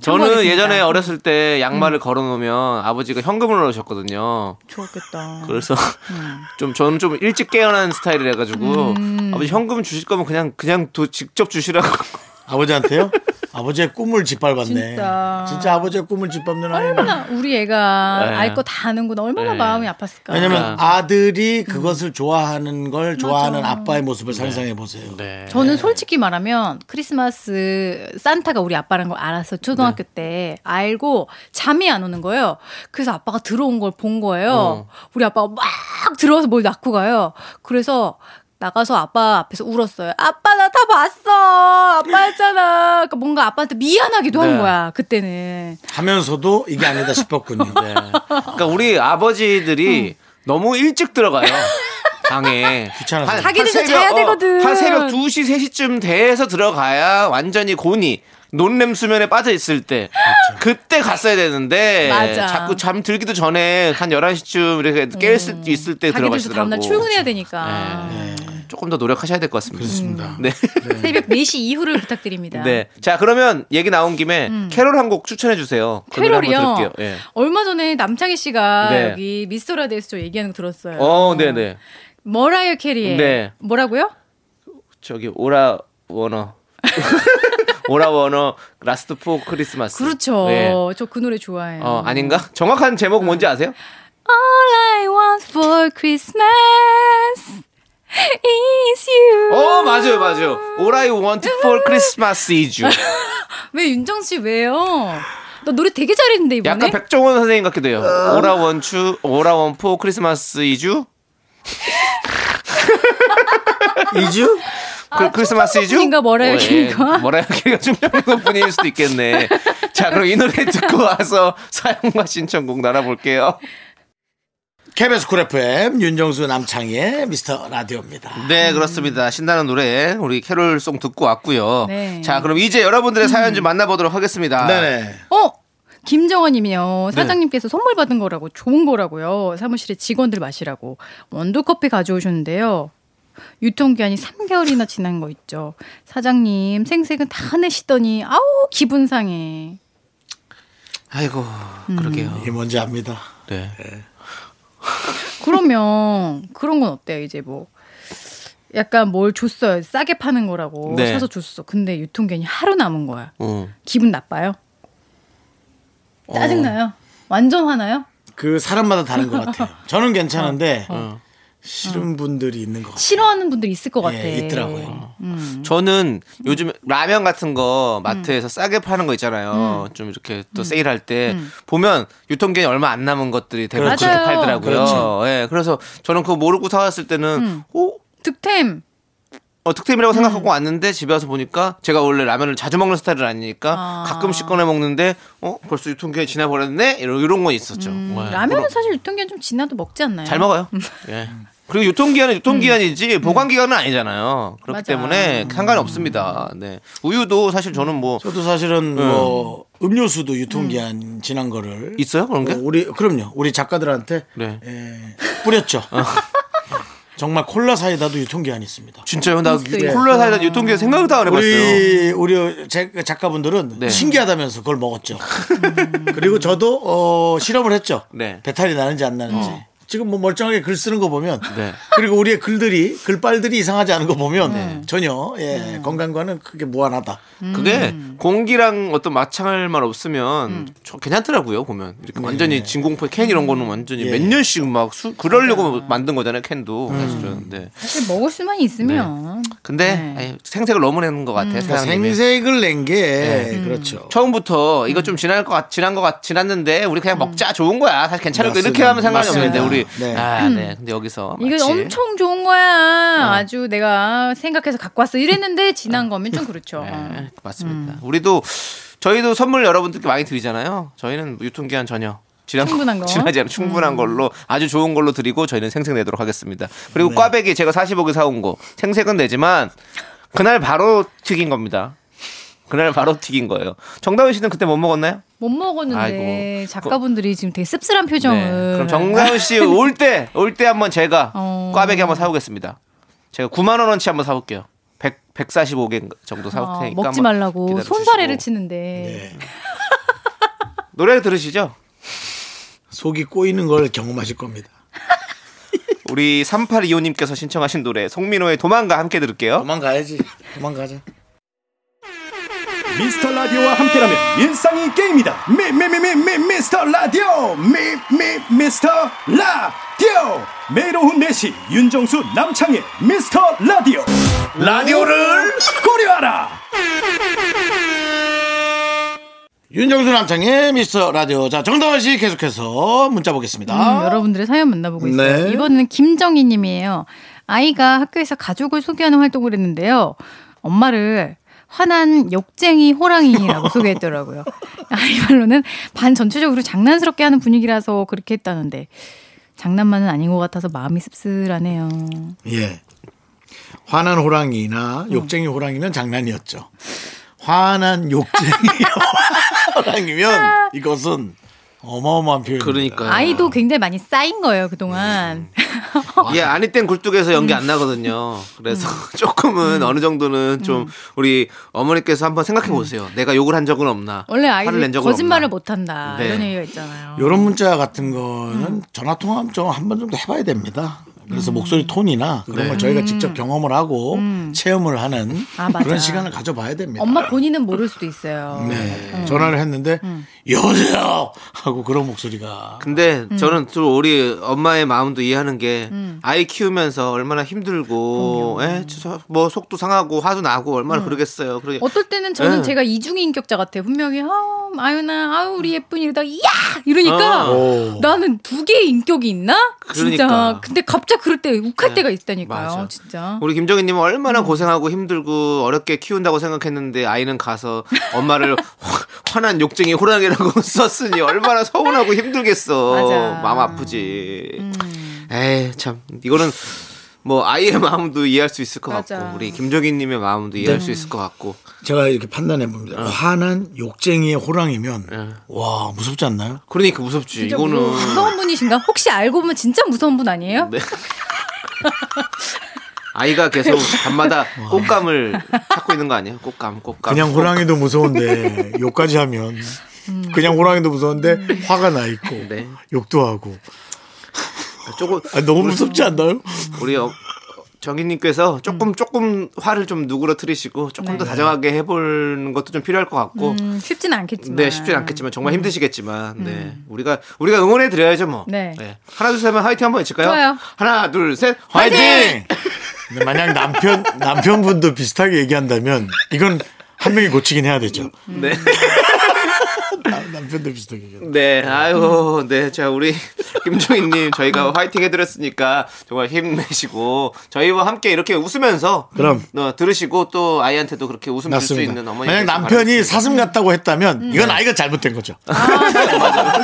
Speaker 2: 저는
Speaker 6: 참고하겠습니다.
Speaker 2: 예전에 어렸을 때
Speaker 6: 음.
Speaker 2: 양말을 걸어놓으면 아버지가 현금을 넣으셨거든요.
Speaker 6: 좋았겠다.
Speaker 2: 그래서 좀 저는 좀 일찍 깨어난 스타일이라 가지고
Speaker 6: 음.
Speaker 2: 아버지 현금 주실 거면 그냥 그냥 도, 직접 주시라고
Speaker 1: 아버지한테요? 아버지의 꿈을 짓밟았네.
Speaker 6: 진짜.
Speaker 1: 진짜 아버지의 꿈을 짓밟는 아이네.
Speaker 6: 얼마나 우리 애가
Speaker 2: 네.
Speaker 6: 알 거 다 아는구나. 얼마나
Speaker 2: 네.
Speaker 6: 마음이 아팠을까.
Speaker 1: 왜냐면 아들이
Speaker 6: 음.
Speaker 1: 그것을 좋아하는 걸 좋아하는 아빠의 모습을 상상해 보세요.
Speaker 2: 네.
Speaker 6: 저는 솔직히 말하면 크리스마스 산타가 우리 아빠라는 걸 알았어 초등학교
Speaker 2: 네.
Speaker 6: 때 알고 잠이 안 오는 거예요. 그래서 아빠가 들어온 걸 본 거예요. 우리 아빠가 막 들어와서 뭘 낳고 가요. 그래서 나가서 아빠 앞에서 울었어요. 아빠 나 다 봤어. 아빠 했잖아. 그러니까 뭔가 아빠한테 미안하기도
Speaker 2: 네.
Speaker 6: 한 거야. 그때는
Speaker 1: 하면서도 이게 아니다 싶었군요. 네.
Speaker 2: 그러니까 우리 아버지들이 너무 일찍 들어가요. 방에
Speaker 1: 귀찮아서.
Speaker 6: 자기들도 자야 되거든.
Speaker 2: 한 어, 새벽 2시 3시쯤 돼서 들어가야 완전히 곤이 논렘 수면에 빠져 있을 때그때 갔어야 되는데
Speaker 6: 맞아.
Speaker 2: 자꾸 잠 들기도 전에 한 11시쯤 이렇게 깰 수 있을 때
Speaker 6: 음. 자기들도
Speaker 2: 들어가시더라고.
Speaker 6: 다음날 출근해야 되니까
Speaker 2: 조금 더 노력하셔야 될 것 같습니다.
Speaker 1: 네. 그렇습니다.
Speaker 2: 네.
Speaker 6: 새벽 4시 이후를 부탁드립니다.
Speaker 2: 네. 자, 그러면 얘기 나온 김에 캐롤 한 곡 추천해 주세요. 그 노래 한번
Speaker 6: 음. 캐롤이요.
Speaker 2: 들을게요. 예.
Speaker 6: 얼마 전에 남창희 씨가
Speaker 2: 네.
Speaker 6: 여기 미스터라디에서 저 얘기하는 거 들었어요.
Speaker 2: 어, 네, 네.
Speaker 6: 머라이어 캐리의
Speaker 2: 네.
Speaker 6: 뭐라고요?
Speaker 2: 저기 오라 워너. 오라 워너 라스트 포 크리스마스.
Speaker 6: 그렇죠.
Speaker 2: 예.
Speaker 6: 저 그 노래 좋아해요.
Speaker 2: 어, 아닌가? 정확한 제목 뭔지 아세요?
Speaker 6: All I want for Christmas is you.
Speaker 2: 어, 맞아요, 맞아요. All I want for Christmas is you.
Speaker 6: 왜 윤정 씨 왜요? 나 노래 되게 잘했는데 이번에.
Speaker 2: 약간 백종원 선생님 같기도 해요. 오라 원추, 오라 원포 크리스마스 이주?
Speaker 1: 이주?
Speaker 6: 아,
Speaker 2: 그 크리스마스 이주?
Speaker 6: 분인가, 머라이어 캐리인가?
Speaker 2: 뭐라 이렇게 충청도 분일 수도 있겠네. 자, 그럼 이 노래 듣고 와서 사연과 신청곡 나눠볼게요.
Speaker 1: KBS 쿨 FM 윤정수 남창희의 미스터 라디오입니다.
Speaker 2: 네, 그렇습니다. 신나는 노래 우리 캐롤송 듣고 왔고요.
Speaker 6: 네.
Speaker 2: 자, 그럼 이제 여러분들의 사연 좀 만나보도록 하겠습니다.
Speaker 1: 아, 네네.
Speaker 6: 어.
Speaker 1: 네.
Speaker 6: 김정원님이요 사장님께서 선물 받은 거라고 좋은 거라고요 사무실에 직원들 마시라고 원두 커피 가져오셨는데요 유통기한이 3개월이나 지난 거 있죠 사장님 생색은 다 내시더니 아우 기분 상해
Speaker 2: 아이고,
Speaker 6: 음.
Speaker 2: 그러게요.
Speaker 1: 이게 뭔지 압니다.
Speaker 2: 네.
Speaker 6: 그러면 그런 건 어때요? 이제 뭐 약간 뭘 줬어요. 싸게 파는 거라고
Speaker 2: 네.
Speaker 6: 사서 줬어. 근데 유통기한이 하루 남은 거야.
Speaker 1: 음.
Speaker 2: 어.
Speaker 6: 기분 나빠요?
Speaker 1: 어.
Speaker 6: 짜증나요? 완전 화나요?
Speaker 1: 그 사람마다 다른 것 같아요. 저는 괜찮은데 싫은 분들이 있는 것 같아요.
Speaker 6: 어, 싫어하는 분들 있을 것 같아. 음.
Speaker 1: 예, 있더라고요.
Speaker 2: 음. 저는 요즘 라면 같은 거 마트에서
Speaker 6: 음.
Speaker 2: 싸게 파는 거 있잖아요. 좀 이렇게 또 세일할 때 보면 유통기한이 얼마 안 남은 것들이 대부분
Speaker 1: 그렇죠.
Speaker 2: 그렇게
Speaker 6: 음. 맞아요.
Speaker 2: 팔더라고요.
Speaker 1: 그렇죠.
Speaker 2: 예, 그래서 저는 그거 모르고 사왔을
Speaker 6: 음.
Speaker 2: 때는 어?
Speaker 6: 득템.
Speaker 2: 어, 특템이라고 생각하고
Speaker 6: 음.
Speaker 2: 왔는데 집에 와서 보니까 제가 원래 라면을 자주 먹는 스타일은 아니니까
Speaker 6: 아.
Speaker 2: 가끔씩 꺼내 먹는데 어 벌써 유통기한 이 지나버렸네 이런 이런 건 있었죠. 네. 와,
Speaker 6: 음. 라면은
Speaker 2: 아, 그럼
Speaker 6: 사실 유통기한 좀 지나도 먹지 않나요?
Speaker 2: 잘 먹어요.
Speaker 6: 음.
Speaker 2: 예. 그리고 유통기한은 유통기한이지 보관기간은 아니잖아요. 그렇기
Speaker 6: 맞아.
Speaker 2: 때문에
Speaker 6: 음.
Speaker 2: 상관이 없습니다. 네. 우유도 사실 저는 뭐
Speaker 1: 저도 사실은 뭐 음료수도 유통기한 지난 거를
Speaker 2: 있어요 그런 게?
Speaker 1: 네. 어, 우리 그럼요. 우리 작가들한테
Speaker 2: 네.
Speaker 1: 예, 뿌렸죠. 정말 콜라 사이다도 유통기한이 있습니다.
Speaker 2: 진짜요? 나
Speaker 6: 있어요, 있어요.
Speaker 2: 콜라 사이다 유통기한 생각도 안 해봤어요.
Speaker 1: 우리 우리 제- 그 작가분들은
Speaker 2: 네.
Speaker 1: 신기하다면서 그걸 먹었죠. 음. 그리고 저도 어, 실험을 했죠.
Speaker 2: 네.
Speaker 1: 배탈이 나는지 안 나는지. 지금 뭐 멀쩡하게 글 쓰는 거 보면
Speaker 2: 네.
Speaker 1: 그리고 우리의 글들이 글빨들이 이상하지 않은 거 보면 전혀 예, 건강과는 크게 무관하다.
Speaker 2: 그게
Speaker 6: 음.
Speaker 2: 공기랑 어떤 마찰만 없으면 저- 괜찮더라고요 보면 이렇게 완전히 진공포 캔 이런 거는 완전히
Speaker 1: 네. 예.
Speaker 2: 몇 년씩 막 수, 그러려고 만든 거잖아요 캔도
Speaker 6: 음.
Speaker 2: 사실은. 네.
Speaker 6: 사실 먹을 수만 있으면
Speaker 2: 근데
Speaker 6: 네. 음.
Speaker 2: 아이, 생색을 너무 내는 것 같아요.
Speaker 1: 그러니까
Speaker 2: 사장님이.
Speaker 1: 생색을 낸 게 그렇죠.
Speaker 2: 처음부터 이거 좀 지날 것 같, 지난 것 같, 지났는데 우리 그냥 먹자 좋은 거야. 사실 괜찮을 거 이렇게
Speaker 1: 맞습니다.
Speaker 2: 하면 상관이
Speaker 1: 맞습니다.
Speaker 2: 없는데 우리
Speaker 1: 네.
Speaker 2: 아, 네. 근데 여기서
Speaker 6: 이거
Speaker 2: 마치
Speaker 6: 엄청 좋은 거야.
Speaker 2: 어.
Speaker 6: 아주 내가 생각해서 갖고 왔어. 이랬는데 지난 거면 좀 그렇죠. 어.
Speaker 2: 네, 맞습니다. 우리도 저희도 선물 여러분들께 많이 드리잖아요. 저희는 뭐 유통기한 전혀 지난
Speaker 6: 충분한 거.
Speaker 2: 지나지 않은 충분한 걸로 아주 좋은 걸로 드리고 저희는 생색 내도록 하겠습니다. 그리고 꽈배기 제가 45개 사온 거 생색은 내지만 그날 바로 튀긴 겁니다. 그날 바로 튀긴 거예요. 정다은 씨는 그때 못 먹었나요?
Speaker 6: 못 먹었는데
Speaker 2: 아이고.
Speaker 6: 작가분들이 지금 되게 씁쓸한 표정을.
Speaker 2: 네. 그럼 정다은 씨 올 때 올 때 한번 제가
Speaker 6: 어.
Speaker 2: 꽈배기 한번 사오겠습니다. 제가 9만 원어치 한번 사올게요. 100, 145개 정도 사올
Speaker 6: 아,
Speaker 2: 테니까
Speaker 6: 먹지
Speaker 2: 한번
Speaker 6: 말라고
Speaker 2: 기다려
Speaker 1: 네.
Speaker 2: 주시고.
Speaker 6: 손사래를
Speaker 1: 예.
Speaker 6: 치는데
Speaker 2: 노래 들으시죠?
Speaker 1: 속이 꼬이는 걸 경험하실 겁니다.
Speaker 2: 우리 3825님께서 신청하신 노래 송민호의 도망가 함께 들을게요.
Speaker 1: 도망가야지. 도망가자.
Speaker 7: 미스터 라디오와 함께라면 일상이 게임이다. 미미미미 미스터 라디오 미미 미스터 라디오 매일 오후 4시 윤정수 남창희 미스터 라디오 라디오를 고려하라.
Speaker 1: 윤정수 남창의 미스터 라디오. 자, 정다원 씨 계속해서 문자 보겠습니다.
Speaker 2: 아.
Speaker 6: 음, 여러분들의 사연 만나보고 있어요.
Speaker 1: 네.
Speaker 6: 이번에는 김정희님이에요. 아이가 학교에서 가족을 소개하는 활동을 했는데요. 엄마를 화난 욕쟁이 호랑이라고 소개했더라고요. 아이 말로는 반 전체적으로 장난스럽게 하는 분위기라서 그렇게 했다는데 장난만은 아닌 것 같아서 마음이 씁쓸하네요.
Speaker 1: 예. 화난 호랑이나 욕쟁이 호랑이는 장난이었죠. 화난 욕쟁이 호랑이면 이것은 어마어마한 표현.
Speaker 2: 그러니까요.
Speaker 6: 아이도 굉장히 많이 쌓인 거예요 그동안.
Speaker 2: 예, 아니 땐 굴뚝에서 연기
Speaker 6: 음.
Speaker 2: 안 나거든요. 그래서 조금은 어느 정도는 좀
Speaker 6: 음.
Speaker 2: 우리 어머니께서 한번 생각해 보세요. 내가 욕을 한 적은 없나?
Speaker 6: 원래
Speaker 2: 화를 낸
Speaker 6: 아이들이
Speaker 2: 적은
Speaker 6: 거짓말을
Speaker 2: 없나?
Speaker 6: 못한다
Speaker 2: 네.
Speaker 6: 이런 얘기가 있잖아요.
Speaker 1: 이런 문자 같은 거는 전화 통화 좀한번 정도 해봐야 됩니다. 그래서 목소리 톤이나 그런
Speaker 2: 네.
Speaker 1: 걸 저희가 직접 경험을 하고 체험을 하는
Speaker 6: 아, 맞아.
Speaker 1: 그런 시간을 가져봐야 됩니다.
Speaker 6: 엄마 본인은 모를 수도 있어요.
Speaker 1: 네. 전화를 했는데 여보세요 하고 그런 목소리가
Speaker 2: 근데 저는 좀 우리 엄마의 마음도 이해하는 게 아이 키우면서 얼마나 힘들고 예? 저- 뭐 속도 상하고 화도 나고 얼마나 그러겠어요. 그러게
Speaker 6: 어떨 때는 저는
Speaker 2: 예.
Speaker 6: 제가 이중인격자 같아요. 분명히 아, 아유나 아우 우리 예쁜 이러다가 야 이러니까
Speaker 2: 어.
Speaker 1: 오.
Speaker 6: 나는 두 개의 인격이 있나?
Speaker 2: 그러니까.
Speaker 6: 진짜. 근데 갑자기 그럴 때 욱할
Speaker 2: 네.
Speaker 6: 때가 있다니까요.
Speaker 2: 맞아.
Speaker 6: 진짜.
Speaker 2: 우리 김정희님은
Speaker 6: 음.
Speaker 2: 얼마나 고생하고 힘들고 어렵게 키운다고 생각했는데 아이는 가서 엄마를 화- 화난 욕쟁이 호랑이라고 썼으니 얼마나 서운하고 힘들겠어.
Speaker 6: 맞아. 음.
Speaker 2: 마음 아프지. 에이 참 이거는 뭐 아이의 마음도 이해할 수 있을 것
Speaker 6: 맞아. 네.
Speaker 2: 같고 우리 김정희님의 마음도 이해할 수 있을 것 같고
Speaker 1: 제가 이렇게 판단해
Speaker 2: 어.
Speaker 1: 봅니다. 화난 욕쟁이의 호랑이면
Speaker 2: 예.
Speaker 1: 와 무섭지 않나요?
Speaker 2: 그러니까 무섭지.
Speaker 6: 진짜
Speaker 2: 이거는
Speaker 6: 무서운- 무서운 분이신가? 혹시 알고 보면 진짜 무서운 분 아니에요?
Speaker 2: 네. 아이가 계속 밤마다 꽃감을 찾고 있는 거 아니에요? 꽃감, 꽃감.
Speaker 1: 그냥 호랑이도 무서운데 욕까지 하면 그냥 호랑이도 무서운데 화가 나 있고
Speaker 2: 음. 네.
Speaker 1: 욕도 하고
Speaker 2: 조금
Speaker 1: 아, 너무 무섭지 않나요?
Speaker 2: 우리 어, 정인님께서 조금 조금 화를 좀 누그러뜨리시고 조금 더 다정하게 해보는 것도 좀 필요할 것 같고
Speaker 6: 네. 음, 쉽지는 않겠지만.
Speaker 2: 네 쉽진 않겠지만 정말 힘드시겠지만 네 우리가 우리가 응원해 드려야죠 뭐
Speaker 6: 네.
Speaker 2: 하나 둘셋 하면 화이팅 한번 외칠까요?
Speaker 6: 좋아요.
Speaker 2: 하나 둘셋 화이팅!
Speaker 1: 화이팅! 근데 만약 남편 남편분도 비슷하게 얘기한다면 이건 한 명이 고치긴 해야 되죠.
Speaker 2: 네.
Speaker 1: 남- 남편도 비슷하게. 얘기한다.
Speaker 2: 네, 아유, 네, 자 우리 김종인님 저희가 화이팅 해드렸으니까 정말 힘내시고 저희와 함께 이렇게 웃으면서
Speaker 1: 그럼.
Speaker 2: 어, 들으시고 또 아이한테도 그렇게 웃음 줄 수
Speaker 1: 맞습니다.
Speaker 2: 있는 음. 네. 어머니
Speaker 1: 만약 남편이 사슴 같다고 했다면 이건 아이가 잘못된 거죠.
Speaker 2: 네.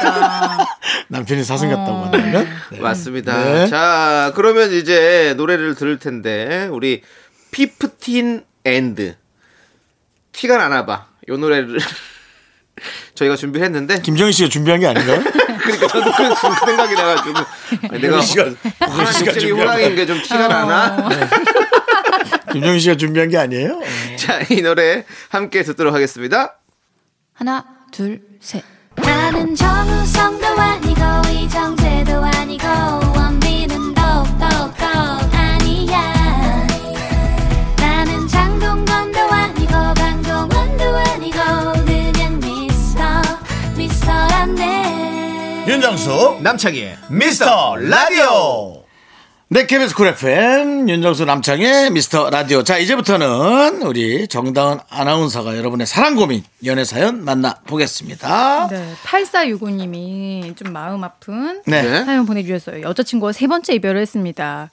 Speaker 1: 남편이 사슴
Speaker 2: 어.
Speaker 1: 같다고 한다면 네.
Speaker 2: 맞습니다.
Speaker 1: 네.
Speaker 2: 자, 그러면 이제 노래를 들을 텐데 우리 피프틴 앤드 티가 나나 봐. 요 노래를 저희가 준비를 했는데
Speaker 1: 김정희 씨가 준비한 게 아닌가요?
Speaker 2: 그러니까 저도 그런 생각이 나가지고 아니, 내가
Speaker 1: 시간 네.
Speaker 2: 호랑이 갑자기
Speaker 1: 준비한
Speaker 2: 호랑이인 게 좀 티가 나나?
Speaker 1: 김정희 씨가 준비한 게 아니에요?
Speaker 2: 자, 이 노래 함께 듣도록 하겠습니다.
Speaker 6: 하나, 둘, 셋.
Speaker 3: 나는 정우성도 아니고 이정재도 아니고 원빈은 더욱더 아니야 나는 장동건도 아니고 방종원도 아니고 그냥 미스터 미스터란데
Speaker 5: 윤정수 남창희의 미스터 라디오
Speaker 1: 네, KBS 쿨 FM, 윤정수 남창의 미스터 라디오. 자, 이제부터는 우리 정다은 아나운서가 여러분의 사랑 고민, 연애 사연 만나보겠습니다.
Speaker 6: 네, 8465님이 좀 마음 아픈
Speaker 1: 네.
Speaker 2: 네.
Speaker 6: 사연 보내주셨어요. 여자친구와 세 번째 이별을 했습니다.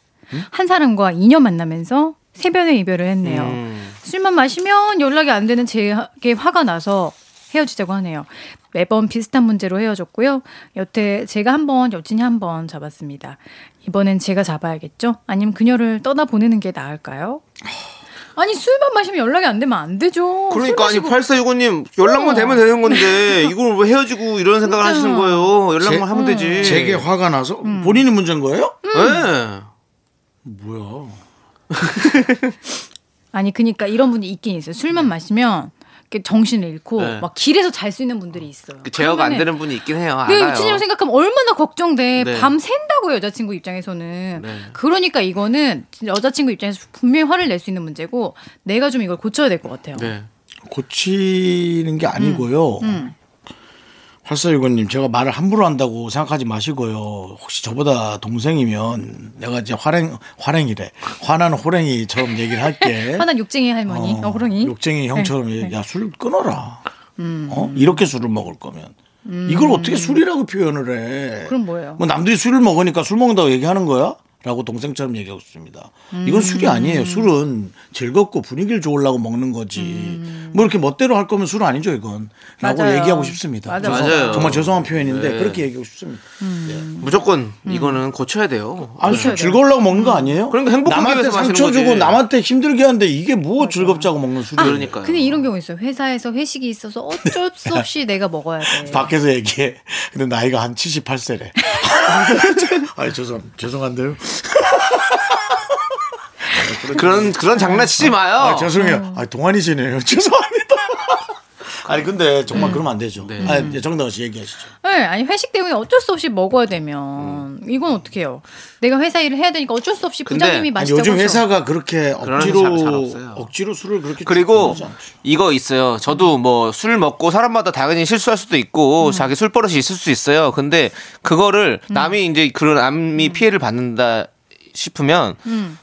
Speaker 6: 한 사람과 2년 만나면서 세 번의 이별을 했네요.
Speaker 2: 음.
Speaker 6: 술만 마시면 연락이 안 되는 제게 화가 나서 헤어지자고 하네요. 매번 비슷한 문제로 헤어졌고요. 여태 제가 한 번, 여친이 한 번 잡았습니다. 이번엔 제가 잡아야겠죠? 아니면 그녀를 떠나보내는 게 나을까요? 아니 술만 마시면 연락이 안 되면 안 되죠. 술
Speaker 2: 그러니까 아니
Speaker 6: 마시고
Speaker 2: 8465님 연락만
Speaker 6: 어.
Speaker 2: 되면 되는 건데 이걸 왜 헤어지고 이런 생각을
Speaker 6: 진짜.
Speaker 2: 하시는 거예요? 연락만 하면 되지.
Speaker 1: 제게 화가 나서 본인이 문제인 거예요?
Speaker 2: 네.
Speaker 1: 뭐야.
Speaker 6: 아니 그니까 이런 분이 있긴 있어요. 술만 마시면 이렇게 정신을 잃고
Speaker 2: 네.
Speaker 6: 막 길에서 잘 수 있는 분들이 있어요.
Speaker 2: 그 제어가 안
Speaker 6: 그러면은
Speaker 2: 되는 분이 있긴 해요.
Speaker 6: 그
Speaker 2: 알아요.
Speaker 6: 유치님을 생각하면 얼마나 걱정돼.
Speaker 2: 네.
Speaker 6: 밤 샌다고 여자친구 입장에서는.
Speaker 2: 네.
Speaker 6: 그러니까 이거는 진짜 여자친구 입장에서 분명히 화를 낼 수 있는 문제고 내가 좀 이걸 고쳐야 될 것 같아요.
Speaker 2: 네.
Speaker 1: 고치는 게 아니고요.
Speaker 6: 음,
Speaker 1: 활사유건님, 제가 말을 함부로 한다고 생각하지 마시고요. 혹시 저보다 동생이면 내가 이제 화랭, 화랭이래. 화난 호랭이처럼 얘기를 할게.
Speaker 6: 화난 욕쟁이 할머니, 어, 호랑이. 네. 음.
Speaker 1: 욕쟁이 형처럼 야 술 끊어라. 어? 이렇게 술을 먹을 거면 이걸 어떻게 술이라고 표현을 해?
Speaker 6: 그럼 뭐예요?
Speaker 1: 뭐 남들이 술을 먹으니까 술 먹는다고 얘기하는 거야? 라고 동생처럼 얘기하고 싶습니다. 이건 술이
Speaker 6: 음.
Speaker 1: 아니에요. 술은 즐겁고 분위기를 좋으려고 먹는 거지. 뭐 이렇게 멋대로 할 거면 술은 아니죠, 이건. 라고
Speaker 6: 음. 맞아요.
Speaker 1: 얘기하고 싶습니다.
Speaker 6: 맞아,
Speaker 1: 그래서
Speaker 2: 맞아요.
Speaker 1: 정말 죄송한 표현인데
Speaker 2: 네.
Speaker 1: 그렇게 얘기하고 싶습니다.
Speaker 2: 무조건
Speaker 6: 음.
Speaker 2: 이거는 고쳐야 돼요.
Speaker 1: 아니, 술 즐거우려고 먹는 거 아니에요?
Speaker 2: 그러니까 행복하기
Speaker 1: 남한테
Speaker 2: 위해서 마시는
Speaker 1: 상처 주고
Speaker 2: 거지.
Speaker 1: 남한테 힘들게 하는데 이게 뭐 즐겁자고 먹는 술이에요.
Speaker 2: 그러니까요.
Speaker 6: 근데 이런 경우 있어요. 회사에서 회식이 있어서 어쩔 수 없이 내가 먹어야 돼.
Speaker 1: 밖에서 얘기해. 근데 나이가 한 78세래. 아니, 죄송, 죄송한데요.
Speaker 2: 그런 그런 장난치지 마요.
Speaker 1: 아, 죄송해요. 아, 동안이시네요. 죄송합니다. 아니, 근데 정말
Speaker 2: 네.
Speaker 1: 그러면 안 되죠. 아, 이제 정다은 씨 얘기하시죠.
Speaker 6: 네, 아니 회식 때문에 어쩔 수 없이 먹어야 되면 이건 어떻게 해요? 내가 회사 일을 해야 되니까 어쩔 수 없이
Speaker 2: 음. 근데
Speaker 6: 부장님이
Speaker 1: 아니,
Speaker 6: 마시자고
Speaker 1: 요즘
Speaker 6: 하죠.
Speaker 1: 회사가 그렇게
Speaker 2: 그런 회사 잘
Speaker 1: 억지로,
Speaker 2: 없어요.
Speaker 1: 억지로 술을 그렇게
Speaker 2: 그리고
Speaker 1: 주문하지 않죠.
Speaker 2: 이거 있어요. 저도 뭐 술 먹고 사람마다 당연히 실수할 수도 있고
Speaker 1: 음.
Speaker 2: 자기 술버릇이 있을 수 있어요. 근데 그거를 남이 이제 그런 남이
Speaker 1: 음.
Speaker 2: 피해를 받는다 싶으면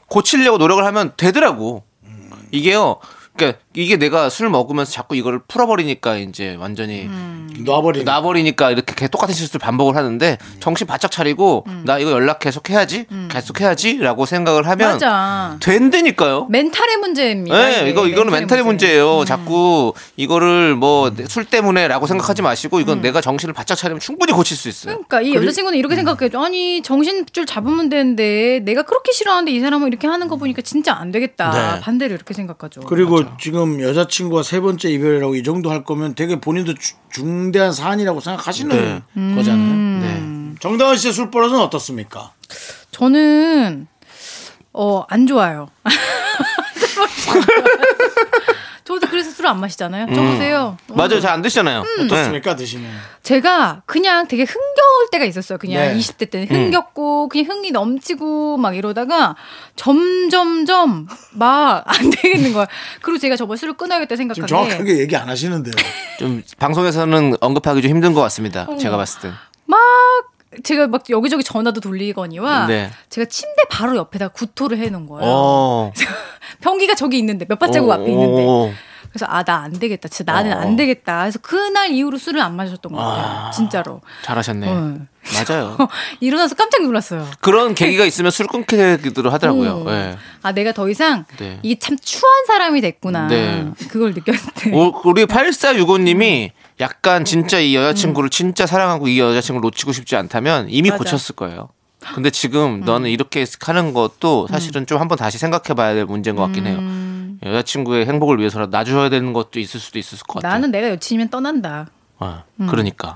Speaker 2: 고치려고 노력을 하면 되더라고.
Speaker 1: 음.
Speaker 2: 이게요. 그러니까 이게 내가 술 먹으면서 자꾸 이거를 풀어버리니까 이제 완전히
Speaker 1: 음. 놔버리는.
Speaker 2: 나버리니까 이렇게 계속 똑같은 실수를 반복을 하는데
Speaker 1: 음.
Speaker 2: 정신 바짝 차리고 나 이거 연락 계속 해야지 계속 해야지라고 생각을 하면
Speaker 6: 맞아.
Speaker 2: 된다니까요.
Speaker 6: 멘탈의 문제입니다.
Speaker 2: 네,
Speaker 6: 이게. 음.
Speaker 2: 이거 이거는 멘탈의
Speaker 6: 문제.
Speaker 2: 문제예요. 자꾸 이거를 뭐 술 때문에라고 생각하지 마시고
Speaker 6: 음.
Speaker 2: 이건 내가 정신을 바짝 차리면 충분히 고칠 음. 수 있어요.
Speaker 6: 그러니까 이 여자친구는 이렇게 생각해요. 아니 정신줄 잡으면 되는데 내가 그렇게 싫어하는데 이 사람은 이렇게 하는 거 보니까 진짜 안 되겠다.
Speaker 1: 네.
Speaker 6: 반대로 이렇게 생각하죠.
Speaker 1: 그리고 지금 여자친구와 세 번째 이별이라고 이 정도 할 거면 되게 본인도 주- 중대한 사안이라고 생각하시는 거잖아요.
Speaker 2: 네.
Speaker 1: 정다은 씨의 술버릇은 어떻습니까?
Speaker 6: 저는 어 안 좋아요. 저도 그래서 술 안 마시잖아요.
Speaker 2: 음.
Speaker 6: 저 보세요.
Speaker 2: 맞아요. 잘 안 드시잖아요.
Speaker 6: 음.
Speaker 2: 네.
Speaker 1: 어떻습니까? 드시면.
Speaker 6: 제가 그냥 되게 흥겨울 때가 있었어요. 그냥
Speaker 1: 네.
Speaker 6: 20대 때는 흥겹고 그냥 흥이 넘치고 막 이러다가 점점점 막 안 되겠는 거야. 그리고 제가 저번 술을 끊어야겠다
Speaker 1: 지금
Speaker 6: 생각한 게 막
Speaker 1: 정확하게 얘기 안 하시는데요.
Speaker 2: 좀 방송에서는 언급하기 좀 힘든 것 같습니다.
Speaker 6: 어.
Speaker 2: 제가 봤을 땐.
Speaker 6: 제가 막 여기저기 전화도 돌리거니와
Speaker 2: 네.
Speaker 6: 제가 침대 바로 옆에다 구토를 해놓은 거예요.
Speaker 2: 어.
Speaker 6: 변기가 저기 있는데 몇 발자국 앞에 있는데 그래서 아 나 안 되겠다. 진짜 나는
Speaker 1: 어.
Speaker 6: 안 되겠다. 그래서 그날 이후로 술을 안 마셨던 것 같아요. 진짜로.
Speaker 2: 잘하셨네.
Speaker 6: 어.
Speaker 2: 맞아요.
Speaker 6: 일어나서 깜짝 놀랐어요.
Speaker 2: 그런 계기가 있으면 술 끊게 되기도 하더라고요.
Speaker 6: 음.
Speaker 2: 예.
Speaker 6: 아 내가 더 이상
Speaker 2: 네.
Speaker 6: 이게 참 추한 사람이 됐구나.
Speaker 2: 네.
Speaker 6: 그걸 느꼈을 때.
Speaker 2: 오- 우리 8465님이 약간 진짜 이 여자친구를 진짜 사랑하고 이 여자친구를 놓치고 싶지 않다면 이미
Speaker 6: 맞아. 음.
Speaker 2: 고쳤을 거예요. 근데 지금 너는 이렇게 하는 것도 사실은 좀 한번 다시 생각해 봐야 될 문제인 것 같긴
Speaker 6: 음.
Speaker 2: 해요. 여자친구의 행복을 위해서라도 놔줘야 되는 것도 있을 수도 있을 것 같아요.
Speaker 6: 나는 내가 여친이면 떠난다.
Speaker 2: 예, 그러니까.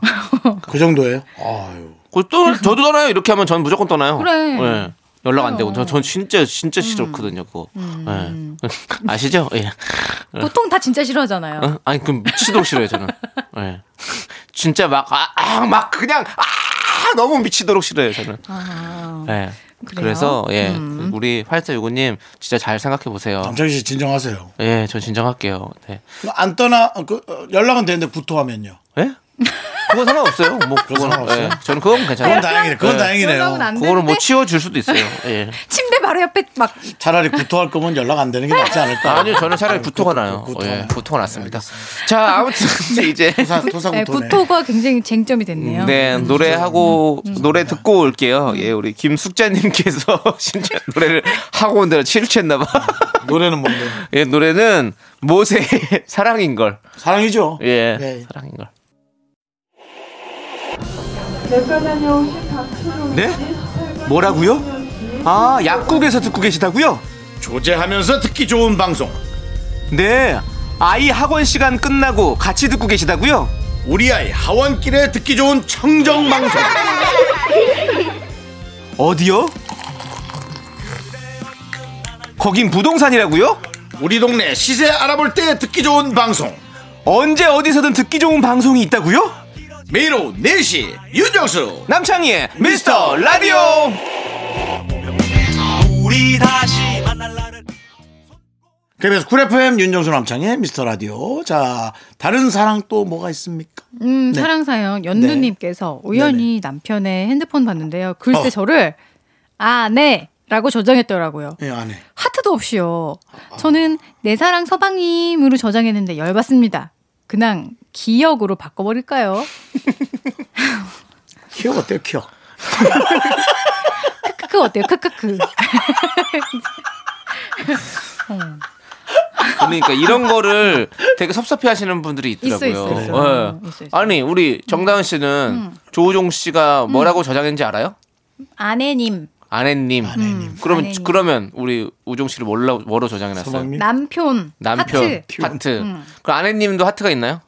Speaker 1: 그 정도예요? 아유.
Speaker 2: 그 또, 저도 떠나요. 이렇게 하면 전 무조건 떠나요.
Speaker 6: 그래. 음.
Speaker 2: 예. 연락 안 되고. 전, 전 진짜, 진짜 싫었거든요, 그거. 예. 아시죠? 예.
Speaker 6: 보통 다 진짜 싫어하잖아요.
Speaker 2: 어? 아니, 그 미치도록 싫어요, 저는. 예. 진짜 막, 아, 아, 막 그냥, 아, 너무 미치도록 싫어요, 저는. 예.
Speaker 6: 아, 그래요? 음.
Speaker 2: 그래서, 예. 우리 8469님, 진짜 잘 생각해 보세요.
Speaker 1: 남창희 씨 진정하세요.
Speaker 2: 예, 전 진정할게요. 네.
Speaker 1: 안 떠나 어, 그, 어, 연락은 되는데 부토하면요.
Speaker 2: 예? 그건 상관없어요. 뭐, 그건,
Speaker 1: 상관없어요?
Speaker 2: 예. 저는 그건
Speaker 1: 그건
Speaker 2: 괜찮아요.
Speaker 1: 다행이네. 그건
Speaker 2: 네.
Speaker 6: 연락은
Speaker 1: 다행이네요.
Speaker 6: 안
Speaker 2: 그거를 뭐
Speaker 6: 되는데
Speaker 2: 치워줄 수도 있어요. 예.
Speaker 6: 침대 바로 옆에 막
Speaker 1: 차라리 부토할 거면 연락 안 되는 게 낫지 않을까?
Speaker 2: 아니요, 저는 차라리
Speaker 1: 그,
Speaker 2: 구토가 나요.
Speaker 1: 구토. 네.
Speaker 2: 예, 구토가 났습니다. 자, 아무튼 이제
Speaker 1: 토사 토사
Speaker 6: 예,
Speaker 1: 부토네.
Speaker 6: 구토가 굉장히 쟁점이 됐네요. 음.
Speaker 2: 네 노래하고 노래 듣고 올게요. 예, 우리 김숙자님께서 진짜 노래를 하고 온 대로 치우쳤나봐.
Speaker 1: 노래는 뭔데?
Speaker 2: 예, 노래는 모세의 사랑인 걸.
Speaker 1: 사랑이죠.
Speaker 2: 예,
Speaker 1: 예.
Speaker 2: 사랑인 걸.
Speaker 8: 네? 뭐라고요? 아, 약국에서 듣고 계시다고요?
Speaker 1: 조제하면서 듣기 좋은 방송.
Speaker 8: 네. 아이 학원 시간 끝나고 같이 듣고 계시다고요?
Speaker 1: 우리 아이 하원길에 듣기 좋은 청정 방송.
Speaker 8: 어디요? 거긴 부동산이라고요?
Speaker 1: 우리 동네 시세 알아볼 때 듣기 좋은 방송.
Speaker 8: 언제 어디서든 듣기 좋은 방송이 있다고요?
Speaker 1: 매일 오후 4시 윤정수
Speaker 8: 남창희의 미스터 라디오
Speaker 1: KBS 쿨 FM 윤정수 남창의 미스터 라디오 자 다른 사랑 또 뭐가 있습니까?
Speaker 6: 음, 사랑 사연 연두님께서 우연히 남편의 핸드폰 봤는데요. 글쎄
Speaker 1: 네. 어.
Speaker 6: 저를 아 네라고 저장했더라고요.
Speaker 1: 예 안해
Speaker 6: 하트도 없이요.
Speaker 2: 아.
Speaker 6: 저는 내 사랑 서방님으로 저장했는데 열받습니다. 그냥 기억으로 바꿔버릴까요?
Speaker 1: 키워 어때요 키워
Speaker 6: 크크크 어때요? 크크크. 음.
Speaker 2: 그러니까 이런 거를 되게 섭섭해하시는 분들이 있더라고요.
Speaker 6: 있어, 있어, 있어.
Speaker 2: 예.
Speaker 6: 있어, 음. 있어.
Speaker 2: 아니 우리 정다은 씨는 조우종 씨가 뭐라고 저장했는지 알아요?
Speaker 6: 아내님,
Speaker 2: 아내님. 음.
Speaker 6: 아내님.
Speaker 2: 그러면
Speaker 6: 아내님.
Speaker 2: 그러면 우리 우종 씨를 뭘로 뭐로 저장해놨어요?
Speaker 1: 서방님
Speaker 6: 남편,
Speaker 2: 남편
Speaker 6: 하트 음.
Speaker 2: 하트. 그 아내님도 하트가 있나요?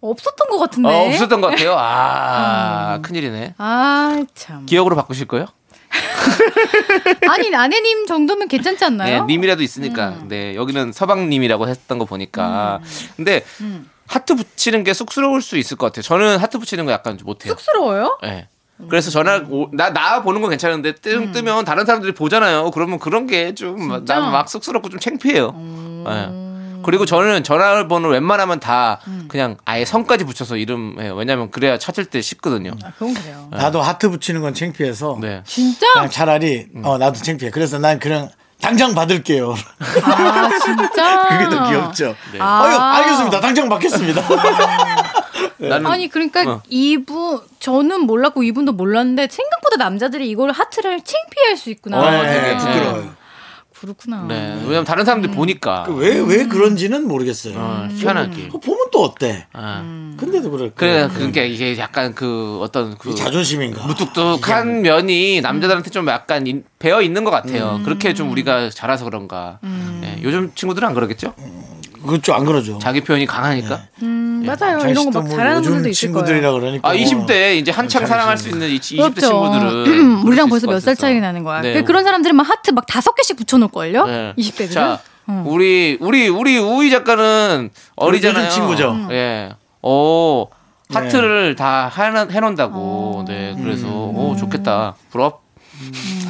Speaker 6: 없었던 것 같은데.
Speaker 2: 어, 없었던 것 같아요.
Speaker 6: 음.
Speaker 2: 아 큰일이네.
Speaker 6: 아 참.
Speaker 2: 기억으로 바꾸실 거예요?
Speaker 6: 아니 아내님 정도면 괜찮지
Speaker 2: 네,
Speaker 6: 않나요? 음.
Speaker 2: 님이라도 있으니까. 네, 여기는 서방님이라고 했던 거 보니까. 근데
Speaker 6: 음.
Speaker 2: 하트 붙이는 게 쑥스러울 수 있을 것 같아요. 저는 하트 붙이는 거 약간 좀 못해요.
Speaker 6: 쑥스러워요? 음.
Speaker 2: 예. 그래서 전화 오- 나, 나 보는 건 괜찮은데 뜨, 뜨면 다른 사람들이 보잖아요. 그러면 그런 게 좀 난 막 쑥스럽고 좀 창피해요.
Speaker 6: 음.
Speaker 2: 예. 그리고 저는 전화번호 웬만하면 다
Speaker 6: 음.
Speaker 2: 그냥 아예 성까지 붙여서 이름 예. 왜냐면 그래야 찾을 때 쉽거든요.
Speaker 6: 아, 그건 그래요.
Speaker 1: 나도 하트 붙이는 건 창피해서
Speaker 2: 네.
Speaker 6: 진짜?
Speaker 1: 그냥 차라리 어 나도 창피해 그래서 난 그냥 당장 받을게요
Speaker 6: 아 진짜.
Speaker 1: 그게 더 귀엽죠
Speaker 6: 아.
Speaker 1: 어휴 알겠습니다 당장 받겠습니다
Speaker 2: 나는
Speaker 6: 아니 그러니까
Speaker 2: 어.
Speaker 6: 이분 저는 몰랐고 이분도 몰랐는데 생각보다 남자들이 이걸 하트를 창피할 수 있구나.
Speaker 2: 어,
Speaker 1: 네,
Speaker 2: 되게
Speaker 1: 부끄러워요 그
Speaker 6: 그렇구나.
Speaker 2: 네. 왜냐면 다른 사람들이
Speaker 6: 음.
Speaker 2: 보니까
Speaker 6: 그
Speaker 1: 왜 왜 그런지는 모르겠어요
Speaker 2: 어, 희한하게.
Speaker 1: 그거 보면 또 어때
Speaker 2: 아.
Speaker 1: 근데도 그럴까
Speaker 2: 그래 그러니까 이게 약간 그 어떤 그
Speaker 1: 이 자존심인가
Speaker 2: 무뚝뚝한 면이
Speaker 6: 음.
Speaker 2: 남자들한테 좀 약간 인- 배어 있는 것 같아요. 그렇게 좀 우리가 자라서 그런가.
Speaker 6: 음.
Speaker 2: 예, 요즘 친구들은 안 그러겠죠?
Speaker 1: 뭐. 그쪽 안 그러죠
Speaker 2: 자기 표현이
Speaker 1: 네.
Speaker 2: 강하니까.
Speaker 6: 음, 맞아요. 이런 거 막
Speaker 1: 뭐
Speaker 6: 잘하는
Speaker 1: 요즘
Speaker 6: 분들도 있을
Speaker 1: 친구들이라
Speaker 6: 거예요.
Speaker 1: 그러니까 뭐
Speaker 2: 아 20대 이제 한창 사랑할 수 있는 이 20대 친구들은 그럴
Speaker 6: 그렇죠. 우리랑
Speaker 2: 수
Speaker 6: 벌써
Speaker 2: 있을
Speaker 6: 몇
Speaker 2: 것 같아서.
Speaker 6: 살 차이 나는 거야.
Speaker 2: 네.
Speaker 6: 그 그런 사람들은 막 하트 막 다섯 개씩 붙여놓을 걸요.
Speaker 2: 네.
Speaker 6: 어? 20대들은. 어.
Speaker 2: 자, 우리 우리 우리 우이 작가는 어리잖아요.
Speaker 1: 요즘 친구죠. 네. 음.
Speaker 2: 예. 오 하트를 다 해놓- 해놓는다고.
Speaker 6: 어.
Speaker 1: 음.
Speaker 2: 네. 그래서 오 좋겠다. 부럽.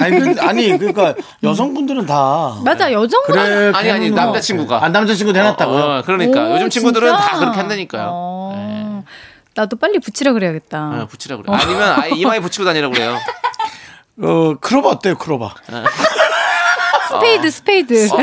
Speaker 1: 아니, 근데- 아니 그러니까 여성분들은 다
Speaker 2: 네.
Speaker 6: 맞아 여정은
Speaker 1: 그래
Speaker 2: 아니 아니
Speaker 1: 그러면-
Speaker 2: 남자친구가.
Speaker 1: 아 남자친구 해놨다고요?
Speaker 2: 어, 어, 그러니까
Speaker 6: 오,
Speaker 2: 요즘 친구들은
Speaker 6: 진짜?
Speaker 2: 다 그렇게 한다니까요.
Speaker 6: 어.
Speaker 2: 예.
Speaker 6: 나도 빨리 붙이라 그래야겠다.
Speaker 2: 아, 붙이라
Speaker 6: 어.
Speaker 2: 그래. 아니면 아예 이마에 붙이고 다니라 그래요.
Speaker 1: 어 크로바 어때요 크로바?
Speaker 6: 스페이드 스페이드.
Speaker 2: 어.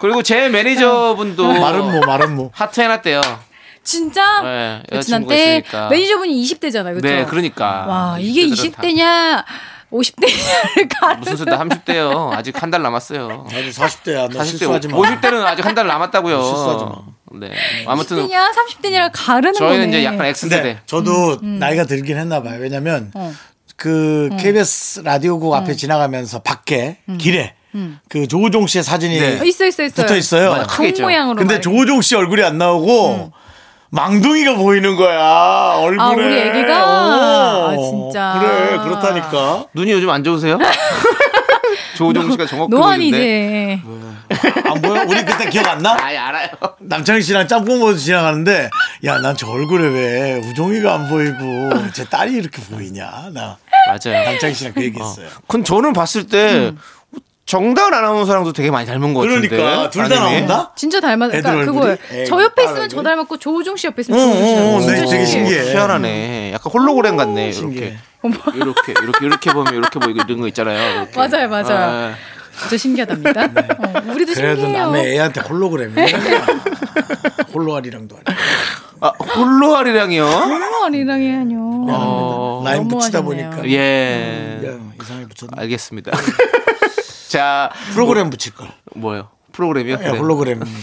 Speaker 2: 그리고 제 매니저분도
Speaker 1: 마른 모 마른 모.
Speaker 2: 하트 해놨대요.
Speaker 6: 진짜 그
Speaker 2: 네, 여자친구가
Speaker 6: 지난때
Speaker 2: 있으니까.
Speaker 6: 매니저분이 20대잖아요. 그렇죠?
Speaker 2: 네, 그러니까.
Speaker 6: 와 이게
Speaker 2: 20대들은 다 아,
Speaker 6: 20대냐 50대냐를
Speaker 2: 무슨
Speaker 6: 가르.
Speaker 2: 소리 나 30대요. 아직 한 달 남았어요.
Speaker 1: 아주 40대야 너
Speaker 2: 40대,
Speaker 1: 실수하지 마.
Speaker 2: 50대는 아직 한 달 남았다고요.
Speaker 1: 실수하지 마.
Speaker 2: 네. 아무튼
Speaker 6: 20대냐 30대냐를 가르는 거네.
Speaker 2: 저희는 이제 약간 X세대.
Speaker 1: 근데 저도
Speaker 6: 음.
Speaker 2: 음.
Speaker 1: 나이가 들긴 했나 봐요. 왜냐면
Speaker 6: 어.
Speaker 1: 그 KBS 라디오국 앞에
Speaker 6: 음.
Speaker 1: 지나가면서 밖에 길에 그 조우종 씨의 사진이
Speaker 2: 네.
Speaker 6: 어, 있어 있어 있어.
Speaker 1: 붙어 있어요.
Speaker 2: 맞아.
Speaker 6: 종
Speaker 2: 네, 크겠죠.
Speaker 6: 모양으로.
Speaker 1: 근데
Speaker 6: 막
Speaker 1: 조우종 씨 얼굴이 안 나오고 망둥이가 보이는 거야 얼굴에.
Speaker 6: 아, 우리 애기가?
Speaker 1: 어,
Speaker 6: 아, 진짜.
Speaker 1: 그래 그렇다니까.
Speaker 2: 눈이 요즘 안 좋으세요? 조우종 씨가 정확히 보는데.
Speaker 6: 노안이지.
Speaker 1: 안 보여? 우리 그때 기억 안 나?
Speaker 2: 아예 알아요.
Speaker 1: 남창희 씨랑 짬뽕 먹어서 지나가는데 야 난 저 얼굴에 왜 우종이가 안 보이고 제 딸이 이렇게 보이냐 나
Speaker 2: 맞아요.
Speaker 1: 남창희 씨랑 그 얘기했어요.
Speaker 2: 근 저는 봤을 때
Speaker 6: 음.
Speaker 2: 정다은 아나운서랑도 되게 많이 닮은 것 같은데.
Speaker 1: 그러니까 둘 다
Speaker 2: 아니면?
Speaker 1: 나온다?
Speaker 6: 진짜 닮았. 그러니까
Speaker 1: 애들
Speaker 6: 그거
Speaker 1: 얼굴이?
Speaker 6: 저 옆에
Speaker 1: 애기
Speaker 6: 있으면
Speaker 1: 딸
Speaker 6: 저
Speaker 1: 얼굴이?
Speaker 6: 닮았고 조우종 씨 옆에 있으면
Speaker 1: 응,
Speaker 6: 조우종 씨
Speaker 1: 응, 응,
Speaker 6: 닮았고.
Speaker 1: 네,
Speaker 6: 진짜
Speaker 1: 되게
Speaker 6: 신기해.
Speaker 1: 신기해.
Speaker 2: 어, 희한하네. 약간 홀로그램 같네.
Speaker 1: 신기해.
Speaker 2: 이렇게. 이렇게 이렇게 이렇게 보면 이렇게 보이고 이런 거 있잖아요. 이렇게.
Speaker 6: 맞아요, 맞아요.
Speaker 2: 아,
Speaker 6: 진짜 신기하답니다. 어, 우리도
Speaker 1: 그래도
Speaker 6: 신기해요.
Speaker 1: 남의 애한테 홀로그램이 홀로알이랑도 아니고
Speaker 2: 아, 홀로알이랑이요.
Speaker 6: 너무 어린랑이 아니요.
Speaker 2: 어,
Speaker 1: 라인
Speaker 6: 너무
Speaker 1: 붙이다
Speaker 6: 하셨네요.
Speaker 1: 보니까
Speaker 2: 예.
Speaker 1: 야, 이상하게 붙였네.
Speaker 2: 알겠습니다. 자,
Speaker 1: 프로그램 붙일 걸.
Speaker 2: 뭐요? 프로그램이요? 네.
Speaker 1: 예,
Speaker 2: 그래.
Speaker 1: 홀로그램입니다.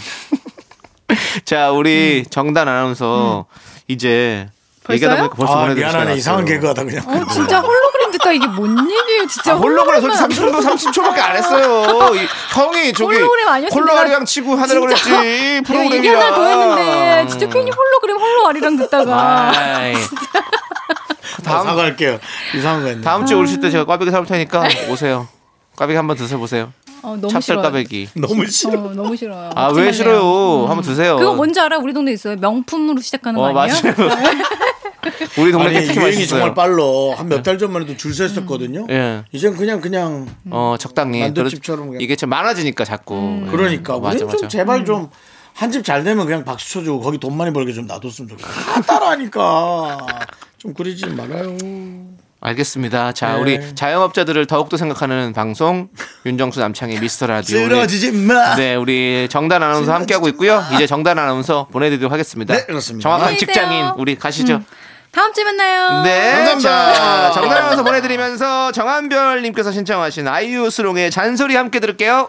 Speaker 2: 자, 우리 정단 아나운서
Speaker 6: 음.
Speaker 2: 이제 얘기하다 보니까 벌써
Speaker 1: 아,
Speaker 2: 보내드릴
Speaker 1: 미안하네.
Speaker 2: 시간이
Speaker 1: 이상한
Speaker 2: 왔어요.
Speaker 1: 개그하다 그냥.
Speaker 6: 어, 진짜 홀로그램 듣다 이게 뭔 얘기예요, 진짜.
Speaker 2: 아, 홀로그램 솔직히
Speaker 6: 홀로그램은-
Speaker 2: 30분, 30초밖에 안 했어요. 이, 형이 저기
Speaker 6: 홀로그램 아니었으면
Speaker 2: 홀로아리랑
Speaker 6: 내가
Speaker 2: 치고 하느라고
Speaker 6: 진짜
Speaker 2: 그랬지. 음.
Speaker 6: 내가 얘기 하나 더 했는데 진짜 괜히 홀로그램 홀로아리랑 듣다가
Speaker 2: 아이, 예.
Speaker 1: 다음 사과할게요. 이상한 거 했네.
Speaker 2: 다음 주에 오실 때 제가 꽈배기 사올 테니까 오세요. 꽈배기 한번 드셔보세요.
Speaker 6: 어, 너무
Speaker 2: 찹쌀
Speaker 6: 싫어요.
Speaker 2: 꽈배기.
Speaker 1: 너무 싫어.
Speaker 6: 어, 너무 싫어요.
Speaker 2: 아 왜
Speaker 6: 정말요. 음.
Speaker 2: 싫어요? 한번 드세요.
Speaker 6: 그거 뭔지 알아? 우리 동네 있어요. 명품으로 시작하는
Speaker 2: 어
Speaker 6: 거 아니에요?
Speaker 2: 맞아요. 우리 동네
Speaker 1: 아니
Speaker 2: 특히
Speaker 1: 유행이
Speaker 2: 맛있어요. 네.
Speaker 1: 정말 빨로 한 몇 달 전만 해도 줄 서 있었거든요.
Speaker 2: 예.
Speaker 1: 이젠 그냥 그냥
Speaker 2: 어 적당히.
Speaker 1: 만두집처럼
Speaker 2: 그렇-
Speaker 1: 그냥.
Speaker 2: 이게 참 많아지니까 자꾸.
Speaker 6: 음.
Speaker 2: 예.
Speaker 1: 그러니까 우리
Speaker 2: 맞아
Speaker 1: 좀
Speaker 2: 맞아.
Speaker 1: 제발 좀 한 집 잘 되면 그냥 박수 쳐주고 거기 돈 많이 벌게 좀 놔뒀으면 좋겠다. 다 따라하니까 좀 그러지 말아요.
Speaker 2: 알겠습니다. 자
Speaker 1: 네.
Speaker 2: 우리 자영업자들을 더욱더 생각하는 방송 윤정수 남창희 미스터 라디오. 오늘
Speaker 1: 쓰러지지 마.
Speaker 2: 네, 우리 정단 아나운서 함께하고 있고요. 이제 정단 아나운서 보내드리도록 하겠습니다.
Speaker 1: 네, 그렇습니다.
Speaker 2: 정확한
Speaker 6: 안녕히 계세요.
Speaker 2: 직장인 우리 가시죠.
Speaker 6: 다음 어. 주에 만나요.
Speaker 2: 네,
Speaker 1: 감사합니다.
Speaker 2: 자, 정단 아나운서 보내드리면서 정한별님께서 신청하신 아이유 수롱의 잔소리 함께 들을게요.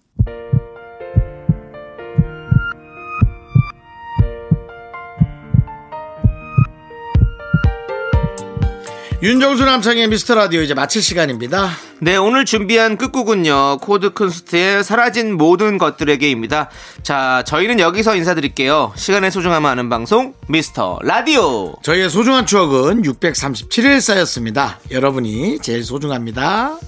Speaker 1: 윤정수 남창의 미스터 라디오 이제 마칠 시간입니다.
Speaker 2: 네, 오늘 준비한 끝곡은요. 코드 쿤스트의 사라진 모든 것들에게입니다. 자, 저희는 여기서 인사드릴게요. 시간의 소중함을 아는 방송 미스터 라디오.
Speaker 1: 저희의 소중한 추억은 637일 쌓였습니다. 여러분이 제일 소중합니다.